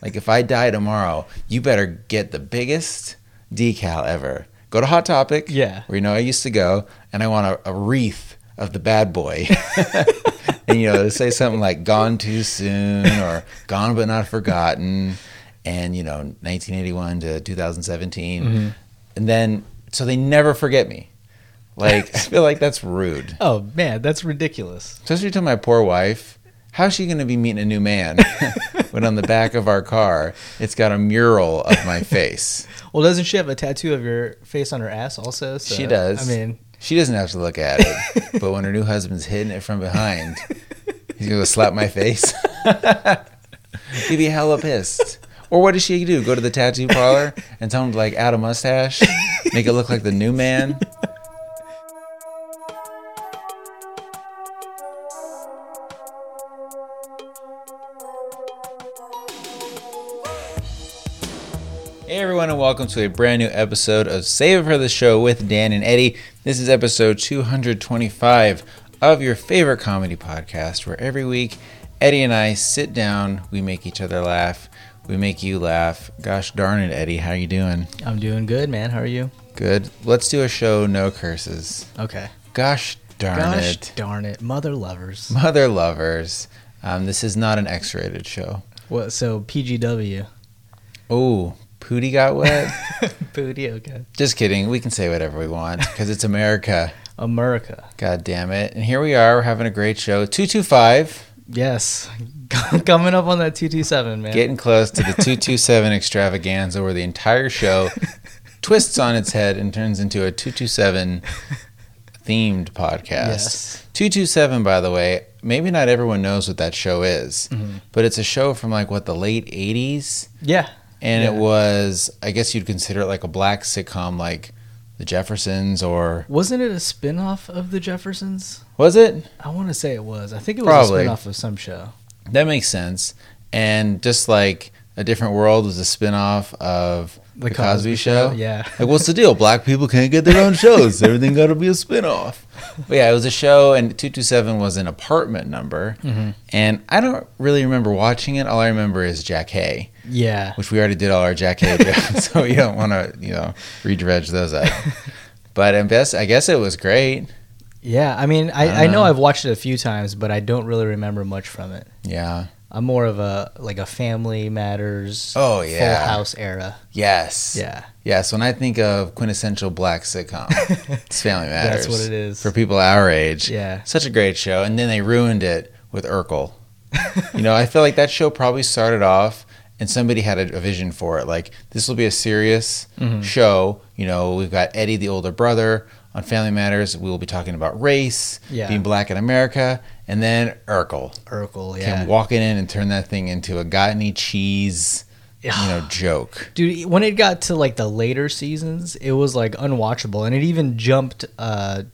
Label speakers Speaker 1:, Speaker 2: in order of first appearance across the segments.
Speaker 1: Like if I die tomorrow, you better get the biggest decal ever. Go to Hot Topic,
Speaker 2: Yeah.
Speaker 1: where you know I used to go, and I want a, a wreath of the bad boy. and you know, it'll say something like "Gone Too Soon" or "Gone But Not Forgotten," and you know, 1981 to 2017, and then so they never forget me. Like I feel like that's rude,
Speaker 2: Oh man, that's ridiculous.
Speaker 1: especially to my poor wife. How's she going to be meeting a new man when on the back of our car it's got a mural of my face?
Speaker 2: Well, doesn't she have a tattoo of your face on her ass also? So,
Speaker 1: She does.
Speaker 2: I mean,
Speaker 1: She doesn't have to look at it, but when her new husband's hitting it from behind, he's gonna slap my face. He'd be hella pissed. Or what does she do? Go to the tattoo parlor and tell him to like add a mustache, make it look like the new man. Hey everyone, and welcome to a brand new episode of Save It for the Show with Dan and Eddie. This is episode 225 of your favorite comedy podcast, where every week Eddie and I sit down, we make each other laugh, we make you laugh. Gosh darn it, Eddie, how you doing?
Speaker 2: I'm doing good, man. How are you?
Speaker 1: Good. Let's do a show, no curses.
Speaker 2: Okay.
Speaker 1: Gosh darn
Speaker 2: Gosh,
Speaker 1: it,
Speaker 2: darn it, mother lovers.
Speaker 1: mother lovers. Um, this is not an X-rated show.
Speaker 2: What? So PGW.
Speaker 1: Oh, Pootie got wet.
Speaker 2: Booty. Okay.
Speaker 1: Just kidding. We can say whatever we want because it's America.
Speaker 2: America.
Speaker 1: God damn it. And here we are. We're having a great show. 225,
Speaker 2: Yes. Coming up on that two two seven, man.
Speaker 1: getting close to the 227 extravaganza where the entire show twists on its head and turns into a 227 themed podcast.
Speaker 2: Yes.
Speaker 1: 227, by the way, maybe not everyone knows what that show is,
Speaker 2: Mm-hmm.
Speaker 1: but it's a show from like what, the late 80s?
Speaker 2: Yeah.
Speaker 1: And it
Speaker 2: Yeah.
Speaker 1: was, I guess you'd consider it like a black sitcom like The Jeffersons or
Speaker 2: Wasn't it a spin off of the Jeffersons?
Speaker 1: was it?
Speaker 2: I want to say it was. I think it was
Speaker 1: Probably.
Speaker 2: a spinoff of some show.
Speaker 1: That makes sense. And just like a different world was a spin-off of the, Cosby, Show.
Speaker 2: Yeah.
Speaker 1: Like what's the deal? Black people can't get their own shows. Everything got to be a spin-off. But yeah, it was a show and 227 was an apartment number. And I don't really remember watching it. All I remember is Jack Hay,
Speaker 2: Yeah.
Speaker 1: which we already did all our Jack Hay jokes, so you don't want to, you know, redredge those up. But I guess, I guess it was great.
Speaker 2: Yeah. I mean,
Speaker 1: I
Speaker 2: I, I,
Speaker 1: don't
Speaker 2: know
Speaker 1: know.
Speaker 2: I've watched it a few times, but I don't really remember much from it.
Speaker 1: Yeah.
Speaker 2: I'm more of a like a Family Matters,
Speaker 1: Oh, yeah.
Speaker 2: Full House era.
Speaker 1: Yes.
Speaker 2: Yeah.
Speaker 1: Yes, when I think of quintessential black sitcom, it's Family Matters.
Speaker 2: That's what it is.
Speaker 1: for people our age.
Speaker 2: Yeah.
Speaker 1: Such a great show. And then they ruined it with Urkel. you know, I feel like that show probably started off and somebody had a, a vision for it. Like, this will be a serious
Speaker 2: Mm-hmm.
Speaker 1: show. You know, we've got Eddie, the older brother, on Family Matters. We will be talking about race,
Speaker 2: Yeah.
Speaker 1: being black in America. And then Urkel
Speaker 2: Urkel.
Speaker 1: came
Speaker 2: Yeah.
Speaker 1: walking in and turned that thing into a got any cheese, you know, joke.
Speaker 2: Dude, e, when it got to like the later seasons, it was like unwatchable, and it even jumped uh,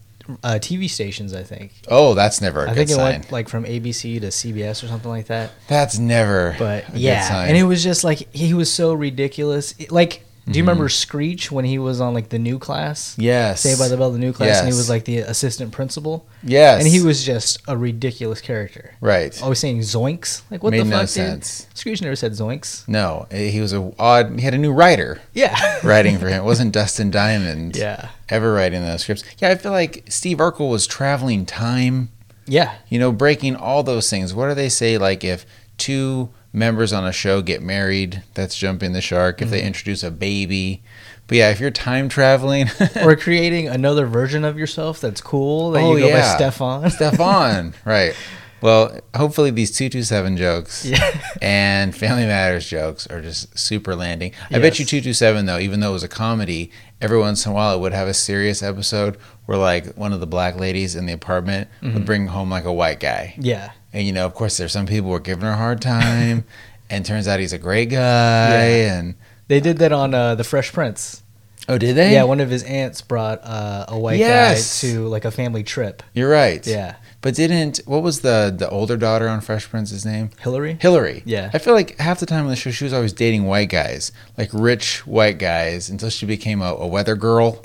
Speaker 2: uh, TV stations. I think.
Speaker 1: Oh, that's never a
Speaker 2: I
Speaker 1: good
Speaker 2: think it
Speaker 1: sign.
Speaker 2: went like from ABC to CBS or something like that.
Speaker 1: That's never
Speaker 2: But
Speaker 1: a good
Speaker 2: yeah,
Speaker 1: sign.
Speaker 2: and it was just like he was so ridiculous. It- like, do
Speaker 1: Mm-hmm.
Speaker 2: you remember Screech when he was on like the new class?
Speaker 1: yes.
Speaker 2: Saved by the Bell, the new class, and he
Speaker 1: Yes.
Speaker 2: was like the assistant principal,
Speaker 1: Yes.
Speaker 2: and he was just a ridiculous character.
Speaker 1: right.
Speaker 2: Always saying zoinks. Like what
Speaker 1: Made
Speaker 2: the
Speaker 1: no
Speaker 2: fuck, dude?
Speaker 1: sense.
Speaker 2: Screech never said zoinks.
Speaker 1: No, he was a odd. He had a new writer
Speaker 2: Yeah.
Speaker 1: writing for him. It wasn't Dustin Diamond.
Speaker 2: Yeah.
Speaker 1: Ever writing those scripts? Yeah, I feel like Steve Urkel was traveling time.
Speaker 2: Yeah.
Speaker 1: You know, breaking all those things. What do they say? Like if two members on a show get married, that's jumping the shark. If
Speaker 2: Mm-hmm.
Speaker 1: they introduce a baby, but yeah, if you're time traveling,
Speaker 2: or creating another version of yourself that's cool that
Speaker 1: Oh,
Speaker 2: you go
Speaker 1: yeah.
Speaker 2: by Stefan.
Speaker 1: Stefan, right? Well, hopefully these two two seven jokes.
Speaker 2: yeah.
Speaker 1: and Family Matters jokes are just super landing. I bet you
Speaker 2: Yes.
Speaker 1: 227, though, even though it was a comedy, every once in a while it would have a serious episode where, like, one of the black ladies in the apartment
Speaker 2: Mm-hmm.
Speaker 1: would bring home, like, a white guy.
Speaker 2: Yeah.
Speaker 1: And, you know, of course, there's some people who are giving her a hard time, and turns out he's a great guy.
Speaker 2: Yeah.
Speaker 1: And,
Speaker 2: They did that on uh, The Fresh Prince.
Speaker 1: oh, did they?
Speaker 2: Yeah, one of his aunts brought uh, a white
Speaker 1: Yes.
Speaker 2: guy to like a family trip.
Speaker 1: You're right.
Speaker 2: Yeah.
Speaker 1: But didn't what was the the older daughter on Fresh Prince's name?
Speaker 2: Hillary.
Speaker 1: Hillary.
Speaker 2: Yeah.
Speaker 1: I feel like half the time on the show she was always dating white guys, like rich white guys, until she became a, a weather girl.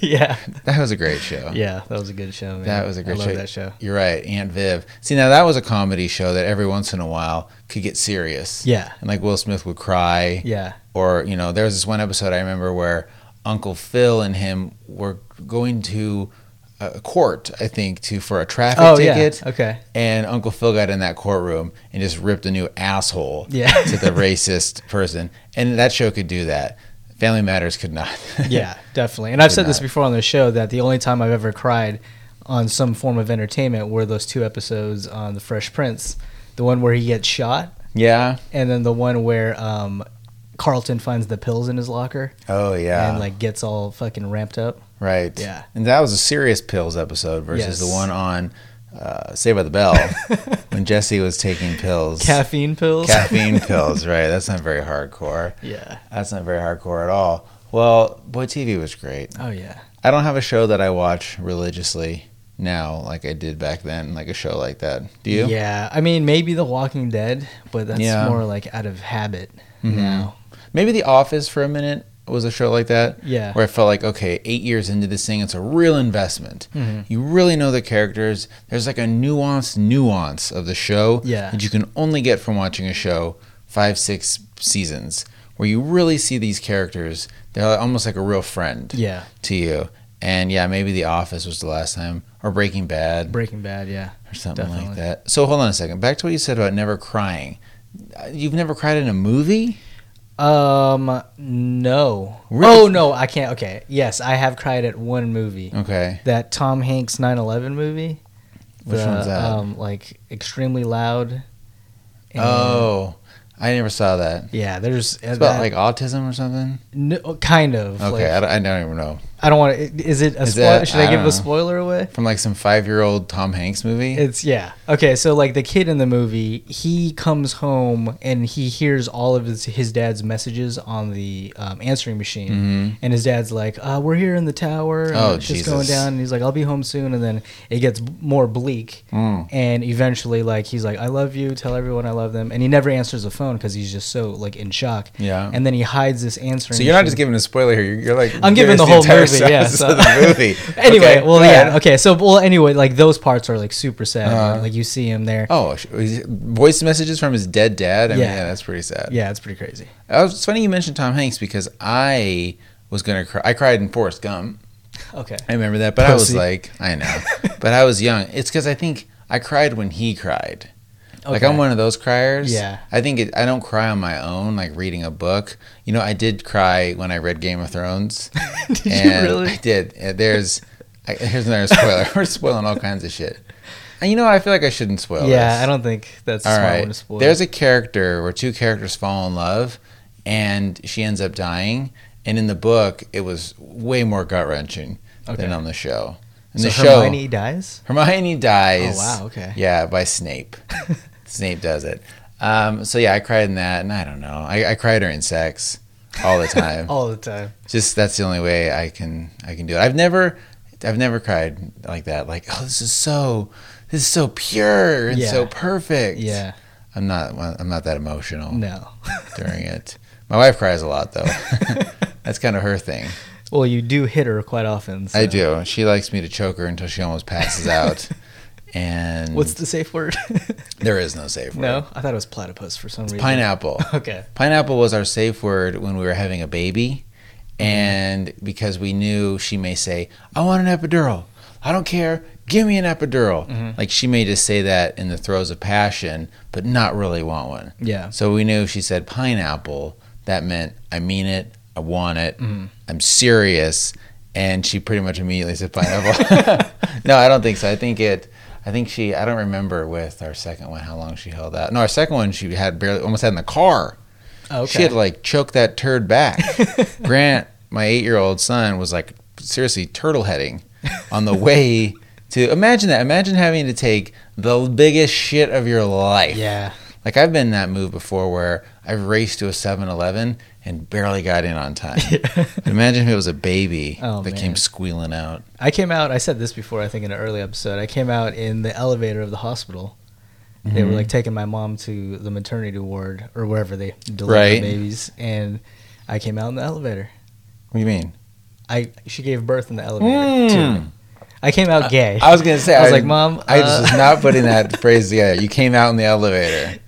Speaker 2: yeah.
Speaker 1: that was a great show.
Speaker 2: Yeah, that was a good show. Man.
Speaker 1: That was a great
Speaker 2: I
Speaker 1: show.
Speaker 2: love that show.
Speaker 1: You're right, Aunt Viv. See, now that was a comedy show that every once in a while could get serious.
Speaker 2: Yeah.
Speaker 1: And like Will Smith would cry.
Speaker 2: Yeah.
Speaker 1: Or, you know, there was this one episode I remember where Uncle Phil and him were going to a court, I think, to for a traffic
Speaker 2: Oh
Speaker 1: ticket.
Speaker 2: yeah. Okay.
Speaker 1: And Uncle Phil got in that courtroom and just ripped a new asshole
Speaker 2: Yeah.
Speaker 1: to the racist person. And that show could do that. Family Matters could not.
Speaker 2: Yeah, definitely. And I've
Speaker 1: Did
Speaker 2: said this
Speaker 1: not.
Speaker 2: before on the show that the only time I've ever cried on some form of entertainment were those two episodes on The Fresh Prince, the one where he gets shot,
Speaker 1: yeah.
Speaker 2: and then the one where um, Carlton finds the pills in his locker
Speaker 1: Oh, yeah.
Speaker 2: and like gets all fucking ramped up.
Speaker 1: Right.
Speaker 2: Yeah.
Speaker 1: And that was a serious pills episode versus
Speaker 2: Yes.
Speaker 1: the one on uh, Saved by the Bell when Jesse was taking pills.
Speaker 2: Caffeine pills.
Speaker 1: Caffeine pills, right? That's not very hardcore.
Speaker 2: yeah.
Speaker 1: That's not very hardcore at all. Well, boy, TV was great.
Speaker 2: Oh yeah.
Speaker 1: I don't have a show that I watch religiously now like I did back then, like a show like that. Do you?
Speaker 2: Yeah. I mean, maybe The Walking Dead, but that's
Speaker 1: Yeah.
Speaker 2: more like out of habit
Speaker 1: Mhm.
Speaker 2: now.
Speaker 1: Maybe The Office for a minute was a show like that.
Speaker 2: Yeah.
Speaker 1: Where I felt like, okay, eight years into this thing, it's a real investment.
Speaker 2: Mm-hmm.
Speaker 1: You really know the characters. There's like a nuance, nuance of the show
Speaker 2: Yeah.
Speaker 1: that you can only get from watching a show five, six seasons, where you really see these characters. They're almost like a real friend
Speaker 2: Yeah.
Speaker 1: to you. And yeah, maybe The Office was the last time, or Breaking Bad,
Speaker 2: Breaking Bad. Yeah.
Speaker 1: or something like
Speaker 2: definitely.
Speaker 1: that. So hold on a second. Back to what you said about never crying. Uh, You've never cried in a movie?
Speaker 2: Um, no.
Speaker 1: Really?
Speaker 2: Oh no, I can't. Okay, yes, I have cried at one movie.
Speaker 1: Okay.
Speaker 2: That Tom Hanks 9/11 movie.
Speaker 1: Which
Speaker 2: The,
Speaker 1: one's that?
Speaker 2: Um, like extremely loud. And-
Speaker 1: Oh, I never saw that.
Speaker 2: yeah. There's
Speaker 1: It's about like autism or something.
Speaker 2: no, kind of.
Speaker 1: Okay,
Speaker 2: Like,
Speaker 1: I, don't, I don't even know.
Speaker 2: I don't want to. Is it a
Speaker 1: Is
Speaker 2: spoiler?
Speaker 1: that-
Speaker 2: Should
Speaker 1: I
Speaker 2: I,
Speaker 1: don't
Speaker 2: give
Speaker 1: know.
Speaker 2: a spoiler away?
Speaker 1: From like some five-year-old Tom Hanks movie.
Speaker 2: It's yeah. Okay, so like the kid in the movie, he comes home and he hears all of his, his dad's messages on the um, answering machine, and his dad's like, uh, "We're here in the tower. and
Speaker 1: Mm-hmm. Oh,
Speaker 2: it's just going
Speaker 1: Jesus.
Speaker 2: down." And he's like, "I'll be home soon." And then it gets b- more bleak,
Speaker 1: Mm.
Speaker 2: and eventually, like he's like, "I love you. Tell everyone I love them." And he never answers the phone because he's just so like in shock.
Speaker 1: Yeah.
Speaker 2: And then he hides this answering.
Speaker 1: so you're not
Speaker 2: machine.
Speaker 1: just giving a spoiler here. You're, you're like
Speaker 2: I'm giving
Speaker 1: us
Speaker 2: the whole
Speaker 1: entire
Speaker 2: movie, yeah,
Speaker 1: synopsis
Speaker 2: so-
Speaker 1: of the movie.
Speaker 2: Anyway,
Speaker 1: Okay,
Speaker 2: well,
Speaker 1: go
Speaker 2: yeah.
Speaker 1: ahead. Uh-huh.
Speaker 2: Okay, so well, anyway, like those parts are like super sad. Like you see him there.
Speaker 1: Oh, sh- is it voice messages from his dead dad. I mean,
Speaker 2: Yeah.
Speaker 1: yeah, that's pretty sad.
Speaker 2: Yeah, it's pretty crazy.
Speaker 1: Uh, It's funny you mentioned Tom Hanks because I was gonna cry. I cried in Forrest Gump.
Speaker 2: Okay.
Speaker 1: I remember that, but I was
Speaker 2: Pussy.
Speaker 1: like, I know, but I was young. It's because I think I cried when he cried. Like
Speaker 2: Okay.
Speaker 1: I'm one of those criers.
Speaker 2: Yeah.
Speaker 1: I think it, I don't cry on my own, like reading a book. You know, I did cry when I read Game of Thrones.
Speaker 2: Did
Speaker 1: and
Speaker 2: you really?
Speaker 1: I did. And There's, I, here's another spoiler. We're spoiling all kinds of shit. And you know, what? I feel like I shouldn't spoil.
Speaker 2: yeah,
Speaker 1: this.
Speaker 2: I don't think that's a
Speaker 1: oh, All
Speaker 2: smart
Speaker 1: right.
Speaker 2: one to spoil.
Speaker 1: There's a character where two characters fall in love, and she ends up dying. And in the book, it was way more gut wrenching than
Speaker 2: Okay.
Speaker 1: on the show. In
Speaker 2: so
Speaker 1: the
Speaker 2: Hermione dies.
Speaker 1: show, Hermione dies.
Speaker 2: Oh, wow, okay.
Speaker 1: Yeah, by Snape. Snape does it. Um, so yeah, I cried in that, and I don't know. I, I cried during sex all the time.
Speaker 2: All the time.
Speaker 1: Just that's the only way I can I can do it. I've never I've never cried like that. Like, oh, this is so this is so pure and
Speaker 2: Yeah.
Speaker 1: so perfect.
Speaker 2: Yeah.
Speaker 1: I'm not. I'm not that emotional
Speaker 2: No.
Speaker 1: during it. My wife cries a lot, though. That's kind of her thing.
Speaker 2: Well, you do hit her quite often. So.
Speaker 1: I do. She likes me to choke her until she almost passes out. And
Speaker 2: What's the safe word?
Speaker 1: there is no safe word.
Speaker 2: no, I thought it was platypus for some reason.
Speaker 1: Pineapple.
Speaker 2: Okay.
Speaker 1: Pineapple was our safe word when we were having a baby, and because we knew she may say, "I want an epidural. I don't care. Give me an epidural." Like she may just say that in the throes of passion, but not really want one.
Speaker 2: Yeah.
Speaker 1: So we knew she said pineapple. That meant I mean it. I want it. I'm serious. And she pretty much immediately said pineapple. no, I don't think so. I think it. I think she. I don't remember with our second one how long she held out. No, our second one she had barely almost had in the car.
Speaker 2: Okay.
Speaker 1: She had to like choke that turd back. Grant, my eight year old son, was like seriously turtle heading on the way to imagine that. Imagine having to take the biggest shit of your life.
Speaker 2: yeah.
Speaker 1: Like I've been in that move before where I've raced to a 7-Eleven and barely got in on time. Imagine if it was a baby
Speaker 2: Oh,
Speaker 1: that
Speaker 2: man.
Speaker 1: came squealing out.
Speaker 2: I came out. I said this before. I think in an early episode. I came out in the elevator of the hospital. They were
Speaker 1: Mhm.
Speaker 2: like taking my mom to the maternity ward or wherever they deliver
Speaker 1: Right.
Speaker 2: babies, and I came out in the elevator.
Speaker 1: What do you mean? Mm.
Speaker 2: I she gave birth in the elevator. To me. I came out gay.
Speaker 1: Hmm. Uh, I was gonna say
Speaker 2: I was like, Mom,
Speaker 1: I just
Speaker 2: uh,
Speaker 1: was not putting that phrase together. You came out in the elevator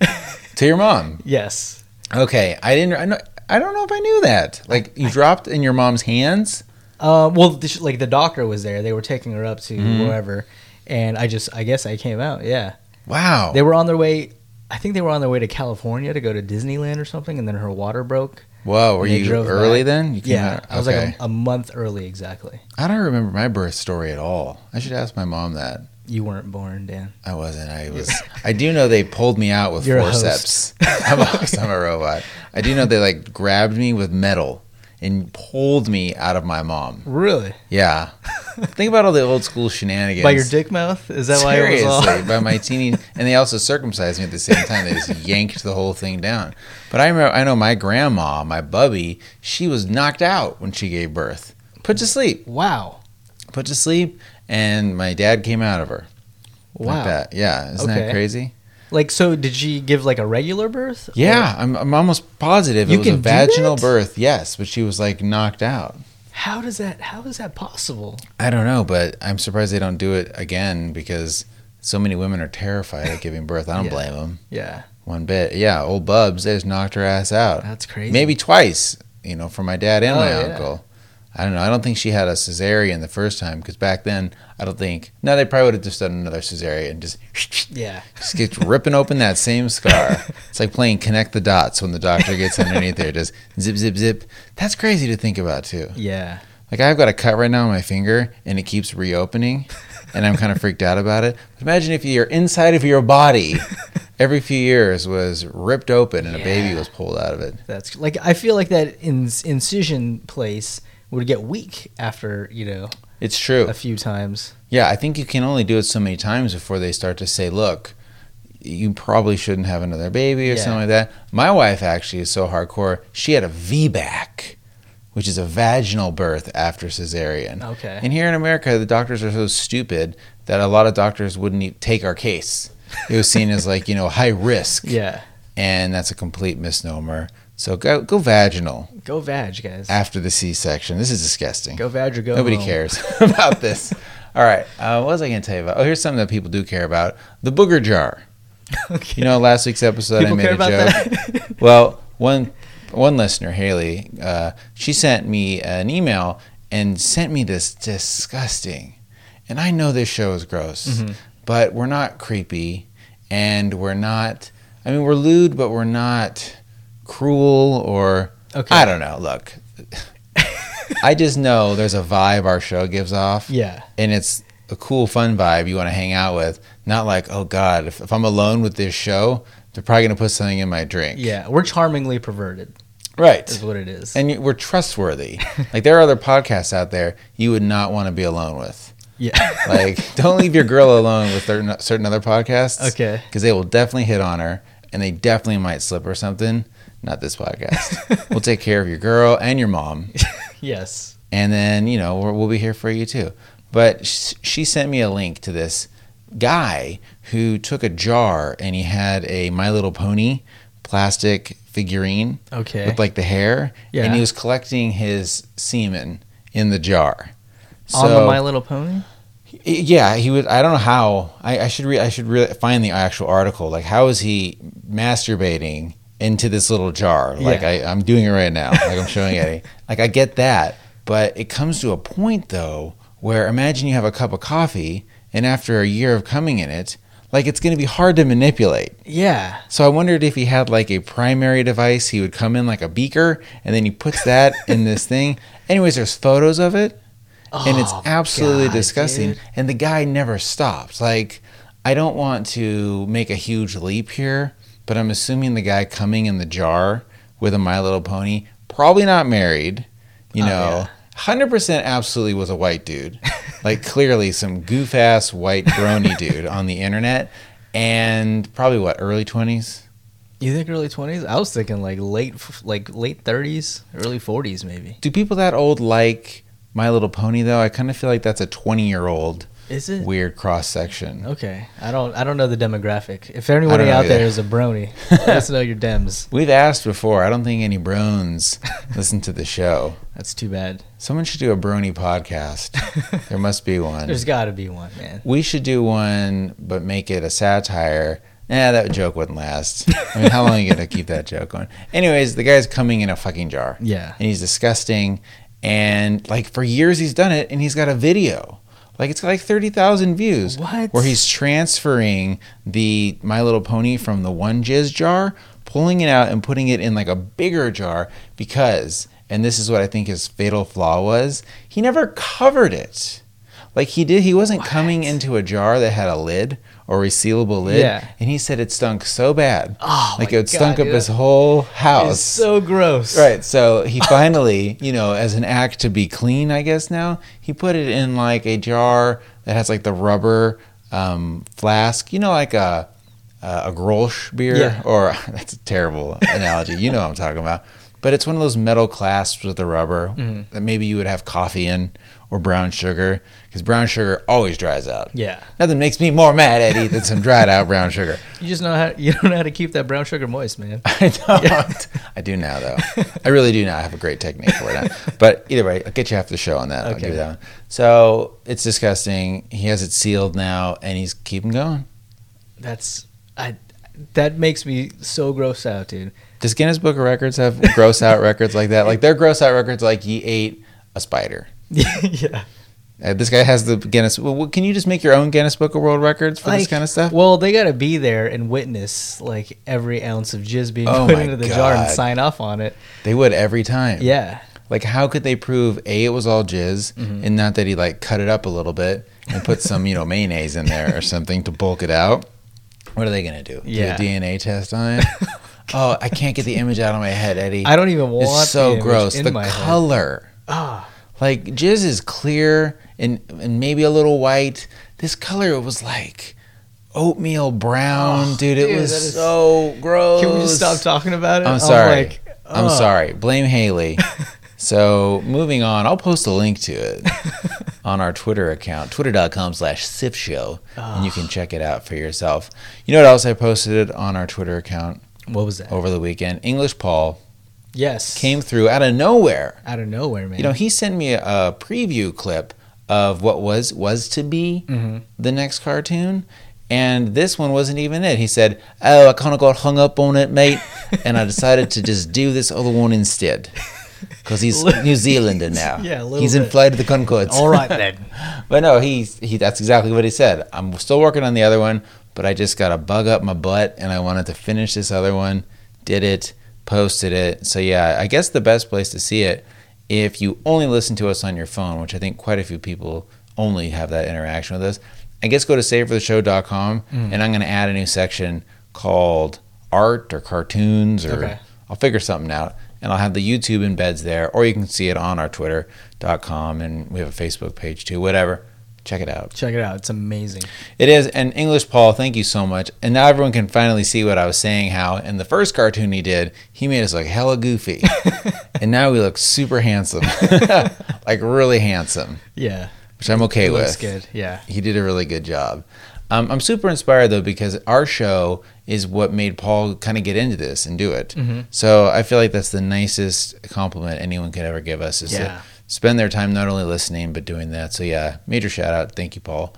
Speaker 1: to your mom.
Speaker 2: yes.
Speaker 1: Okay, I didn't. I, know, I don't know if I knew that. Like you dropped in your mom's hands.
Speaker 2: Uh, well, the, like the doctor was there. They were taking her up to
Speaker 1: Mhm.
Speaker 2: wherever, and I just I guess I came out. Yeah.
Speaker 1: Wow.
Speaker 2: They were on their way. I think they were on their way to California to go to Disneyland or something, and then her water broke.
Speaker 1: Whoa. Were
Speaker 2: They
Speaker 1: you
Speaker 2: drove
Speaker 1: early
Speaker 2: back.
Speaker 1: then? You came
Speaker 2: yeah,
Speaker 1: out-
Speaker 2: I was
Speaker 1: okay.
Speaker 2: like a, a month early exactly.
Speaker 1: um, I don't remember my birth story at all. I should ask my mom that.
Speaker 2: You weren't born, Dan.
Speaker 1: I wasn't. I was. I do know they pulled me out with
Speaker 2: You're a
Speaker 1: forceps. I'm, a, I'm a robot. I do know they like grabbed me with metal and pulled me out of my mom.
Speaker 2: Really?
Speaker 1: Yeah. Think about all the old school shenanigans.
Speaker 2: By your dick mouth? Is that why
Speaker 1: Seriously,
Speaker 2: it was all?
Speaker 1: by my teeny, and they also circumcised me at the same time. They just yanked the whole thing down. But I remember, I know my grandma, my bubby, she was knocked out when she gave birth, put to sleep,
Speaker 2: Wow.
Speaker 1: put to sleep, and my dad came out of her.
Speaker 2: Wow.
Speaker 1: Like that. Yeah. Isn't
Speaker 2: Okay.
Speaker 1: that crazy?
Speaker 2: Like, so did she give like a regular birth?
Speaker 1: Yeah. I'm, I'm almost positive
Speaker 2: You
Speaker 1: it was a
Speaker 2: can do
Speaker 1: vaginal
Speaker 2: that?
Speaker 1: birth. Yes, but she was like knocked out.
Speaker 2: How does that? How is that possible?
Speaker 1: I don't know, but I'm surprised they don't do it again because so many women are terrified of giving birth. I don't
Speaker 2: Yeah.
Speaker 1: blame them
Speaker 2: Yeah,
Speaker 1: one bit. Yeah, old Bubs, they just knocked her ass out.
Speaker 2: that's crazy.
Speaker 1: Maybe twice, you know, for my dad and
Speaker 2: Oh,
Speaker 1: my
Speaker 2: yeah.
Speaker 1: uncle. I don't know. I don't think she had a cesarean the first time because back then, I don't think. No, they probably would have just done another cesarean and just,
Speaker 2: Yeah.
Speaker 1: just kept ripping open that same scar. It's like playing connect the dots when the doctor gets underneath there, just zip, zip, zip. That's crazy to think about, too.
Speaker 2: Yeah.
Speaker 1: Like I've got a cut right now on my finger and it keeps reopening and I'm kind of freaked out about it. But imagine if your inside of your body every few years was ripped open and a baby
Speaker 2: Yeah.
Speaker 1: was pulled out of it.
Speaker 2: That's like I feel like that inc- incision place would get weak after you know
Speaker 1: It's true.
Speaker 2: a few times.
Speaker 1: Yeah, I think you can only do it so many times before they start to say, look, you probably shouldn't have another baby or
Speaker 2: Yeah.
Speaker 1: something like that. My wife actually is so hardcore. She had a VBAC, which is a vaginal birth after cesarean.
Speaker 2: Okay.
Speaker 1: And here in America, the doctors are so stupid that a lot of doctors wouldn't e take our case. It was seen as like, you know, high risk.
Speaker 2: Yeah.
Speaker 1: And that's a complete misnomer. So go, go vaginal
Speaker 2: Go vag, guys.
Speaker 1: after the C section. This is disgusting.
Speaker 2: Go vag or go.
Speaker 1: Nobody
Speaker 2: home.
Speaker 1: cares about this. All right. Uh, what was I going to tell you about? Oh, here's something that people do care about the booger jar.
Speaker 2: okay.
Speaker 1: You know, last week's episode, I
Speaker 2: People
Speaker 1: made
Speaker 2: care
Speaker 1: a
Speaker 2: about
Speaker 1: joke.
Speaker 2: that.
Speaker 1: Well, one one listener, Haley, uh, she sent me an email and sent me this disgusting. And I know this show is gross,
Speaker 2: Mm-hmm.
Speaker 1: but we're not creepy, and we're not. I mean, we're lewd, but we're not cruel or
Speaker 2: okay.
Speaker 1: I don't know. Look, I just know there's a vibe our show gives off,
Speaker 2: Yeah.
Speaker 1: and it's a cool, fun vibe you want to hang out with. Not like, oh God, if, if I'm alone with this show, they're probably going to put something in my drink.
Speaker 2: Yeah. We're charmingly perverted, is
Speaker 1: Right.
Speaker 2: what it is.
Speaker 1: And you- we're trustworthy. like, there are other podcasts out there you would not want to be alone with.
Speaker 2: yeah.
Speaker 1: Like, don't leave your girl alone with certain, certain other podcasts.
Speaker 2: Okay.
Speaker 1: Because they will definitely hit on her and they definitely might slip or something. Not this podcast. we'll take care of your girl and your mom.
Speaker 2: Yes.
Speaker 1: and then you know we're, we'll be here for you too. But sh- she sent me a link to this guy who took a jar and he had a My Little Pony plastic figurine
Speaker 2: Okay.
Speaker 1: with like the hair,
Speaker 2: Yeah.
Speaker 1: and he was collecting his semen in the jar.
Speaker 2: on the
Speaker 1: So-
Speaker 2: My Little Pony.
Speaker 1: yeah, he would. I don't know how. I, I should. Re- I should really find the actual article. Like, how is he masturbating into this little jar? Like,
Speaker 2: Yeah.
Speaker 1: I, I'm doing it right now. Like, I'm showing Eddie. Like, I get that, but it comes to a point though where imagine you have a cup of coffee, and after a year of coming in it, like it's going to be hard to manipulate.
Speaker 2: Yeah.
Speaker 1: So I wondered if he had like a primary device. He would come in like a beaker, and then he puts that in this thing. Anyways, there's photos of it and it's
Speaker 2: Oh,
Speaker 1: absolutely
Speaker 2: God,
Speaker 1: disgusting.
Speaker 2: dude.
Speaker 1: And the guy never stopped. Like, I don't want to make a huge leap here, but I'm assuming the guy coming in the jar with a My Little Pony, probably not married, you
Speaker 2: Oh,
Speaker 1: know, 100% absolutely was a white dude. like, clearly some goof ass white brony dude on the internet. And probably what, early 20s?
Speaker 2: You think early twenties? I was thinking like late, f- like late thirties, early forties, maybe.
Speaker 1: Do people that old like My Little Pony though? I kind of feel like that's a 20 year old
Speaker 2: Is it?
Speaker 1: weird cross section.
Speaker 2: Okay, I don't, I don't know the demographic. If anybody
Speaker 1: know
Speaker 2: out there
Speaker 1: either.
Speaker 2: is a brony, let us know your dems.
Speaker 1: We've asked before. I don't think any Brones listen to the show.
Speaker 2: That's too bad.
Speaker 1: Someone should do a Brony podcast. There must be one.
Speaker 2: There's got to be one, man.
Speaker 1: We should do one, but make it a satire. Nah, that joke wouldn't last. I mean, how long are you going to keep that joke going? Anyways, the guy's coming in a fucking jar.
Speaker 2: Yeah.
Speaker 1: And he's disgusting. And like for years, he's done it and he's got a video. Like it's got like 30,000 views.
Speaker 2: What?
Speaker 1: Where he's transferring the My Little Pony from the one jizz jar, pulling it out and putting it in like a bigger jar because, and this is what I think his fatal flaw was, he never covered it. Like he did, he wasn't coming into a jar that had a lid or resealable lid.
Speaker 2: Yeah.
Speaker 1: And he said it stunk so bad.
Speaker 2: Oh,
Speaker 1: like
Speaker 2: my
Speaker 1: it stunk
Speaker 2: God,
Speaker 1: up
Speaker 2: dude.
Speaker 1: his whole house.
Speaker 2: It's so gross.
Speaker 1: oh, Right. So he finally, you know, as an act to be clean, I guess now, he put it in like a jar that has like the rubber um, flask, you know, like a, a a Grolsch beer,
Speaker 2: Yeah.
Speaker 1: or that's a terrible analogy. You know what I'm talking about. But it's one of those metal clasps with the rubber
Speaker 2: Mm-hmm.
Speaker 1: that maybe you would have coffee in or brown sugar because brown sugar always dries out.
Speaker 2: Yeah.
Speaker 1: Nothing makes me more mad, Eddie, than some dried out brown sugar.
Speaker 2: You just know how you don't know how to keep that brown sugar moist, man.
Speaker 1: I don't. I do now, though. I really do now. I have a great technique for it. now. But either way, I'll get you after the show on that. I'll
Speaker 2: Okay.
Speaker 1: give you that one. So it's disgusting. He has it sealed now, and he's keeping going.
Speaker 2: That's I. That makes me so grossed out, dude.
Speaker 1: Does Guinness Book of Records have gross out records like that? Like their gross out records, like he ate a spider.
Speaker 2: yeah.
Speaker 1: Uh, this guy has the Guinness. Well, what- can you just make your own Guinness Book of World Records for this
Speaker 2: Like,
Speaker 1: kind of stuff?
Speaker 2: Well, they got to be there and witness like every ounce of jizz being
Speaker 1: Oh
Speaker 2: put
Speaker 1: my
Speaker 2: into the jar and
Speaker 1: God.
Speaker 2: sign off on it.
Speaker 1: They would every time.
Speaker 2: Yeah.
Speaker 1: Like, how could they prove a it was all jizz,
Speaker 2: Mm-hmm.
Speaker 1: and not that he like cut it up a little bit and put some you know mayonnaise in there or something to bulk it out? What are they gonna do?
Speaker 2: Yeah.
Speaker 1: do a DNA test on it. oh, I can't get the image out of my head, Eddie.
Speaker 2: I don't even want.
Speaker 1: It's
Speaker 2: the
Speaker 1: so
Speaker 2: image
Speaker 1: gross.
Speaker 2: in
Speaker 1: The
Speaker 2: my head.
Speaker 1: color,
Speaker 2: Ah,
Speaker 1: like jizz, is clear and and maybe a little white. This color was like oatmeal brown, dude. It
Speaker 2: Oh, dude,
Speaker 1: was
Speaker 2: that is-
Speaker 1: so gross.
Speaker 2: can we just stop talking about it?
Speaker 1: I'm sorry. I'm,
Speaker 2: like, ugh.
Speaker 1: sorry. Blame Haley. so moving on, I'll post a link to it on our Twitter account, twitter.com slash sip show, and you can check it out for yourself. You know what else I posted it on our Twitter account
Speaker 2: What was that?
Speaker 1: over the weekend? English Paul
Speaker 2: Yes.
Speaker 1: Oh. came through out of nowhere.
Speaker 2: out of nowhere, man.
Speaker 1: You know, he sent me a preview clip of what was was to be
Speaker 2: Mm-hmm.
Speaker 1: the next cartoon. And this one wasn't even it. He said, "Oh, I kind of got hung up on it, mate, and I decided to just do this other one instead, because he's
Speaker 2: Li-
Speaker 1: New Zealander now.
Speaker 2: Yeah, a little
Speaker 1: he's in
Speaker 2: bit.
Speaker 1: flight of the Concords.
Speaker 2: All right then.
Speaker 1: but no, he he. That's exactly what he said. I'm still working on the other one, but I just got a bug up my butt, and I wanted to finish this other one. Did it, posted it. So yeah, I guess the best place to see it, if you only listen to us on your phone, which I think quite a few people only have that interaction with us. I guess go to savefortheshow.com,
Speaker 2: Mm.
Speaker 1: and I'm going to add a new section called art or cartoons or
Speaker 2: Okay.
Speaker 1: I'll figure something out. And I'll have the YouTube embeds there, or you can see it on our twitter.com. And we have a Facebook page too, whatever. Check it out.
Speaker 2: Check it out. It's amazing.
Speaker 1: It is. And English Paul, thank you so much. And now everyone can finally see what I was saying how in the first cartoon he did, he made us look hella goofy. and now we look super handsome, like really handsome,
Speaker 2: Yeah.
Speaker 1: which I'm okay with
Speaker 2: Looks good. Yeah.
Speaker 1: he did a really good job. Um, I'm super inspired though because our show is what made Paul kind of get into this and do it.
Speaker 2: Mm-hmm.
Speaker 1: So I feel like that's the nicest compliment anyone could ever give us is
Speaker 2: Yeah.
Speaker 1: to spend their time not only listening but doing that. So yeah, major shout out. Thank you, Paul,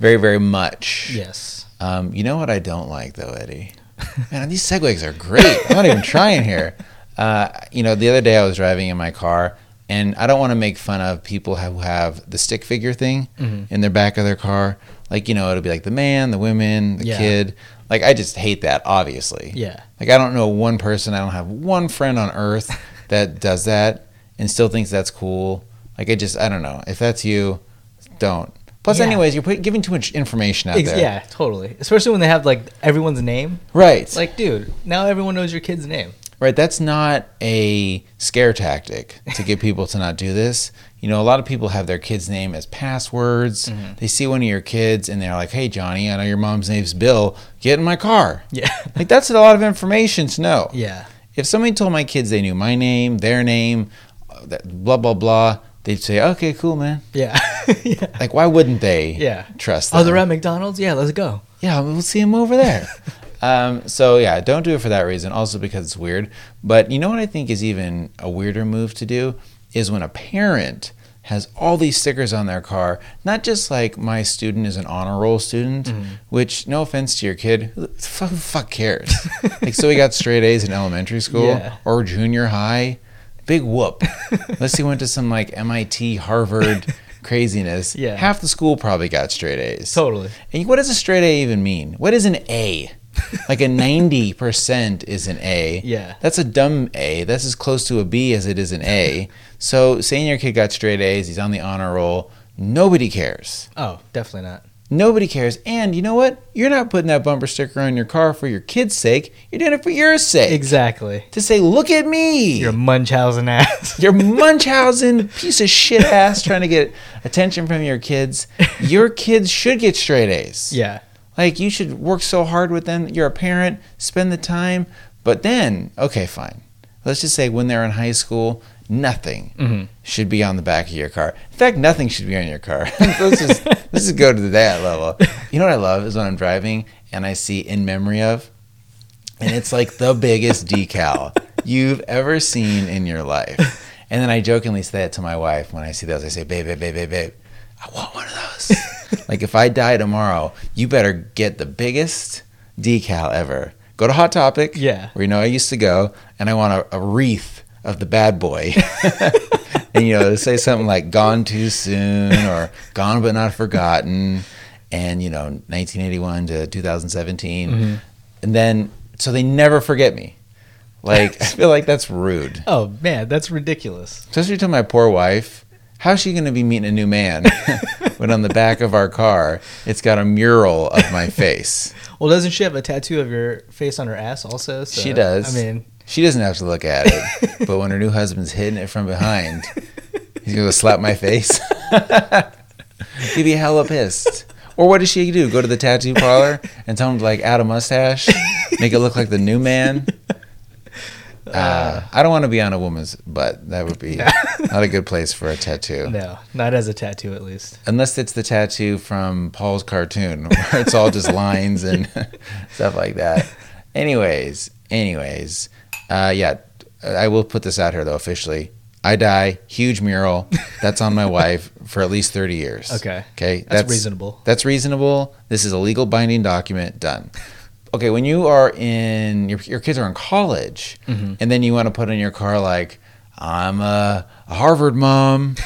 Speaker 1: very very much.
Speaker 2: Yes.
Speaker 1: Um, you know what I don't like though, Eddie? Man, these segues are great. I'm not even trying here. Uh, you know, the other day I was driving in my car, and I don't want to make fun of people who have the stick figure thing
Speaker 2: Mm-hmm.
Speaker 1: in their back of their car. Like, you know, it'll be like the man, the women, the
Speaker 2: Yeah.
Speaker 1: kid. Like, I just hate that, obviously.
Speaker 2: Yeah.
Speaker 1: Like, I don't know one person, I don't have one friend on earth that does that and still thinks that's cool. Like, I just, I don't know. If that's you, don't. Plus,
Speaker 2: Yeah.
Speaker 1: anyways, you're put, giving too much information out
Speaker 2: Ex-
Speaker 1: there.
Speaker 2: yeah. Totally. Especially when they have like everyone's name.
Speaker 1: Right.
Speaker 2: Like, dude, now everyone knows your kid's name.
Speaker 1: right? That's not a scare tactic to get people to not do this. You know, a lot of people have their kid's name as passwords.
Speaker 2: Mm-hmm.
Speaker 1: They see one of your kids and they're like, "Hey, Johnny, I know your mom's name's Bill. Get in my car."
Speaker 2: Yeah.
Speaker 1: Like that's a lot of information to know.
Speaker 2: Yeah.
Speaker 1: If somebody told my kids they knew my name, their name, uh, that blah blah blah, they'd say, "Okay, cool, man."
Speaker 2: Yeah. yeah.
Speaker 1: Like, why wouldn't they?
Speaker 2: Yeah.
Speaker 1: Trust. Them?
Speaker 2: Oh, they're at McDonald's? Yeah, let's go.
Speaker 1: yeah, we'll see him over there. um, so yeah, don't do it for that reason. Also because it's weird. But you know what I think is even a weirder move to do is when a parent has all these stickers on their car. Not just like my student is an honor roll student,
Speaker 2: Mm-hmm.
Speaker 1: which no offense to your kid, who the fuck, who the fuck cares? like so he got straight A's in elementary school
Speaker 2: Yeah.
Speaker 1: or junior high. Big whoop. Unless he went to some like MIT, Harvard craziness.
Speaker 2: Yeah.
Speaker 1: Half the school probably got straight A's.
Speaker 2: Totally.
Speaker 1: And what does a straight A even mean? What is an A? like a 90% is an A.
Speaker 2: Yeah.
Speaker 1: That's a dumb A. That's as close to a B as it is an A. so saying your kid got straight A's, he's on the honor roll, nobody cares.
Speaker 2: Oh, definitely not.
Speaker 1: Nobody cares. And you know what? You're not putting that bumper sticker on your car for your kid's sake. You're doing it for your sake.
Speaker 2: Exactly.
Speaker 1: to say, look at me.
Speaker 2: You're a Munchausen ass.
Speaker 1: Your Munchausen piece of shit ass trying to get attention from your kids. Your kids should get straight A's.
Speaker 2: yeah.
Speaker 1: Like you should work so hard with them. You're a parent, spend the time. But then, okay, fine. Let's just say when they're in high school, nothing should be on the back of your car. In fact, nothing should be on your car. let's just let's just go to that level. You know what I love is when I'm driving and I see in memory of, and it's like the biggest decal you've ever seen in your life. And then I jokingly say that to my wife when I see those. I say, babe, babe, babe, babe, babe, I want one of those. like if I die tomorrow, you better get the biggest decal ever. Go to Hot Topic,
Speaker 2: Yeah.
Speaker 1: where you know I used to go, and I want a, a wreath of the bad boy. and you know, they say something like "Gone too soon" or "Gone but not forgotten," and you know, 1981 to 2017, and then so they never forget me. Like I feel like that's rude.
Speaker 2: Oh man, that's ridiculous.
Speaker 1: Especially to my poor wife. How's she going to be meeting a new man when on the back of our car it's got a mural of my face?
Speaker 2: Well, doesn't she have a tattoo of your face on her ass also? So,
Speaker 1: She does.
Speaker 2: I mean,
Speaker 1: She doesn't have to look at it, but when her new husband's hitting it from behind, he's going to slap my face. He'd be hella pissed. Or what does she do? Go to the tattoo parlor and tell him to like add a mustache, make it look like the new man. Uh, I don't want to be on a woman's butt. That would be not a good place for a tattoo.
Speaker 2: no, not as a tattoo at least.
Speaker 1: unless it's the tattoo from Paul's cartoon where it's all just lines and stuff like that. Anyways, anyways, uh, yeah, I will put this out here though officially. I die, huge mural. That's on my wife for at least thirty years.
Speaker 2: Okay.
Speaker 1: Okay.
Speaker 2: That's reasonable.
Speaker 1: That's reasonable. This is a legal binding document. Done. Okay. When you are in your your kids are in college,
Speaker 2: Mm-hmm.
Speaker 1: and then you want to put in your car like I'm a, a Harvard mom,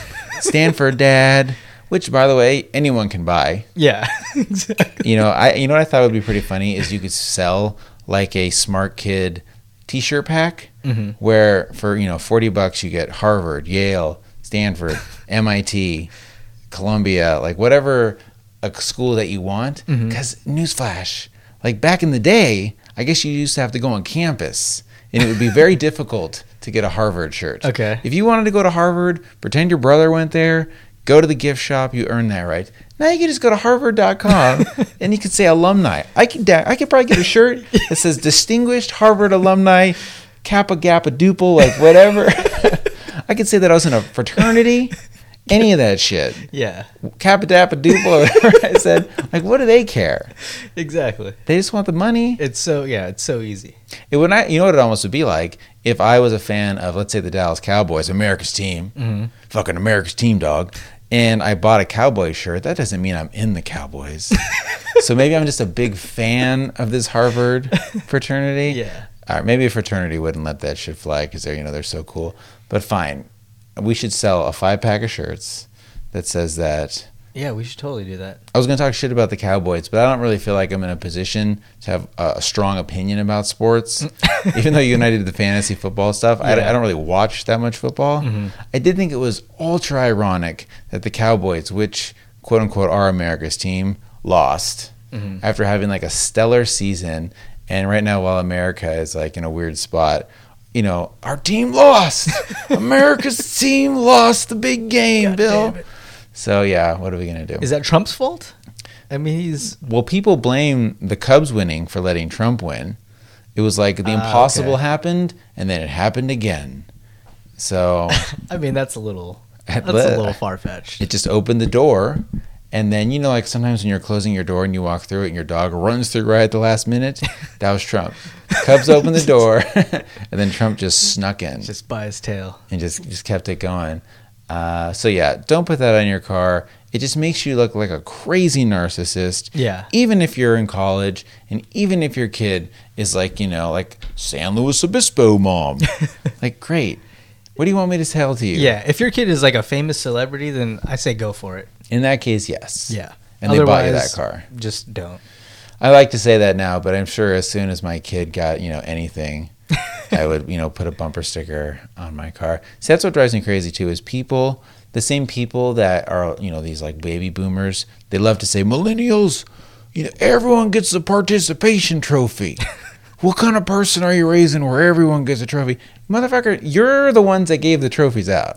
Speaker 1: Stanford dad, which by the way anyone can buy.
Speaker 2: Yeah, exactly.
Speaker 1: You know, I you know what I thought would be pretty funny is you could sell like a smart kid T-shirt pack
Speaker 2: Mm-hmm.
Speaker 1: where for you know forty bucks you get Harvard, Yale, Stanford, MIT, Columbia, like whatever a school that you want. Because newsflash, like back in the day, I guess you used to have to go on campus, and it would be very difficult to get a Harvard shirt.
Speaker 2: Okay.
Speaker 1: If you wanted to go to Harvard, pretend your brother went there, go to the gift shop, you earn that right. Now you can just go to harvard.com and you can say alumni. I could da- I could probably get a shirt that says distinguished Harvard alumni, Kappa Gappa Duple, like whatever. I could say that I was in a fraternity, any of that shit.
Speaker 2: Yeah,
Speaker 1: Kappa Dappa Duple, or whatever I said. Like, what do they care?
Speaker 2: exactly.
Speaker 1: They just want the money.
Speaker 2: It's so yeah, it's so easy.
Speaker 1: It would not, you know what it almost would be like if I was a fan of, let's say, the Dallas Cowboys, America's team, fucking America's team, dog, and I bought a Cowboy shirt. That doesn't mean I'm in the Cowboys. so maybe I'm just a big fan of this Harvard fraternity.
Speaker 2: Yeah.
Speaker 1: All right, maybe a fraternity wouldn't let that shit fly because they're, you know, they're so cool. But fine, we should sell a five pack of shirts that says that
Speaker 2: Yeah, we should totally do that.
Speaker 1: I was going to talk shit about the Cowboys, but I don't really feel like I'm in a position to have a, a strong opinion about sports. Even though you and I did the fantasy football stuff, I,
Speaker 2: Yeah.
Speaker 1: I don't really watch that much football. I did think it was ultra ironic that the Cowboys, which quote unquote are America's team, lost after having like a stellar season. And right now, while America is like in a weird spot, you know, our team lost. America's team lost the big game, Bill. So yeah, what are we gonna do?
Speaker 2: Is that Trump's fault? I mean, he's
Speaker 1: well, people blame the Cubs winning for letting Trump win. It was like the
Speaker 2: Ah,
Speaker 1: impossible
Speaker 2: okay.
Speaker 1: happened, and then it happened again. So
Speaker 2: I mean, that's a little that's
Speaker 1: let-
Speaker 2: a little far fetched.
Speaker 1: it just opened the door. And then, you know, like sometimes when you're closing your door and you walk through it and your dog runs through right at the last minute, that was Trump. Cubs opened the door, and then Trump just snuck in
Speaker 2: Just by his tail.
Speaker 1: and just, just kept it going. Uh, so, yeah, don't put that on your car. It just makes you look like a crazy narcissist.
Speaker 2: Yeah.
Speaker 1: Even if you're in college and even if your kid is like, you know, like San Luis Obispo mom. like, great. What do you want me to tell to you?
Speaker 2: Yeah, if your kid is like a famous celebrity, then I say go for it.
Speaker 1: In that case, yes.
Speaker 2: Yeah.
Speaker 1: And they bought you that
Speaker 2: Otherwise,
Speaker 1: car.
Speaker 2: Just don't.
Speaker 1: I like to say that now, but I'm sure as soon as my kid got, you know, anything, I would, you know, put a bumper sticker on my car. See, that's what drives me crazy too is people, the same people that are, you know, these like baby boomers, they love to say millennials, you know, everyone gets the participation trophy. what kind of person are you raising where everyone gets a trophy? Motherfucker, you're the ones that gave the trophies out.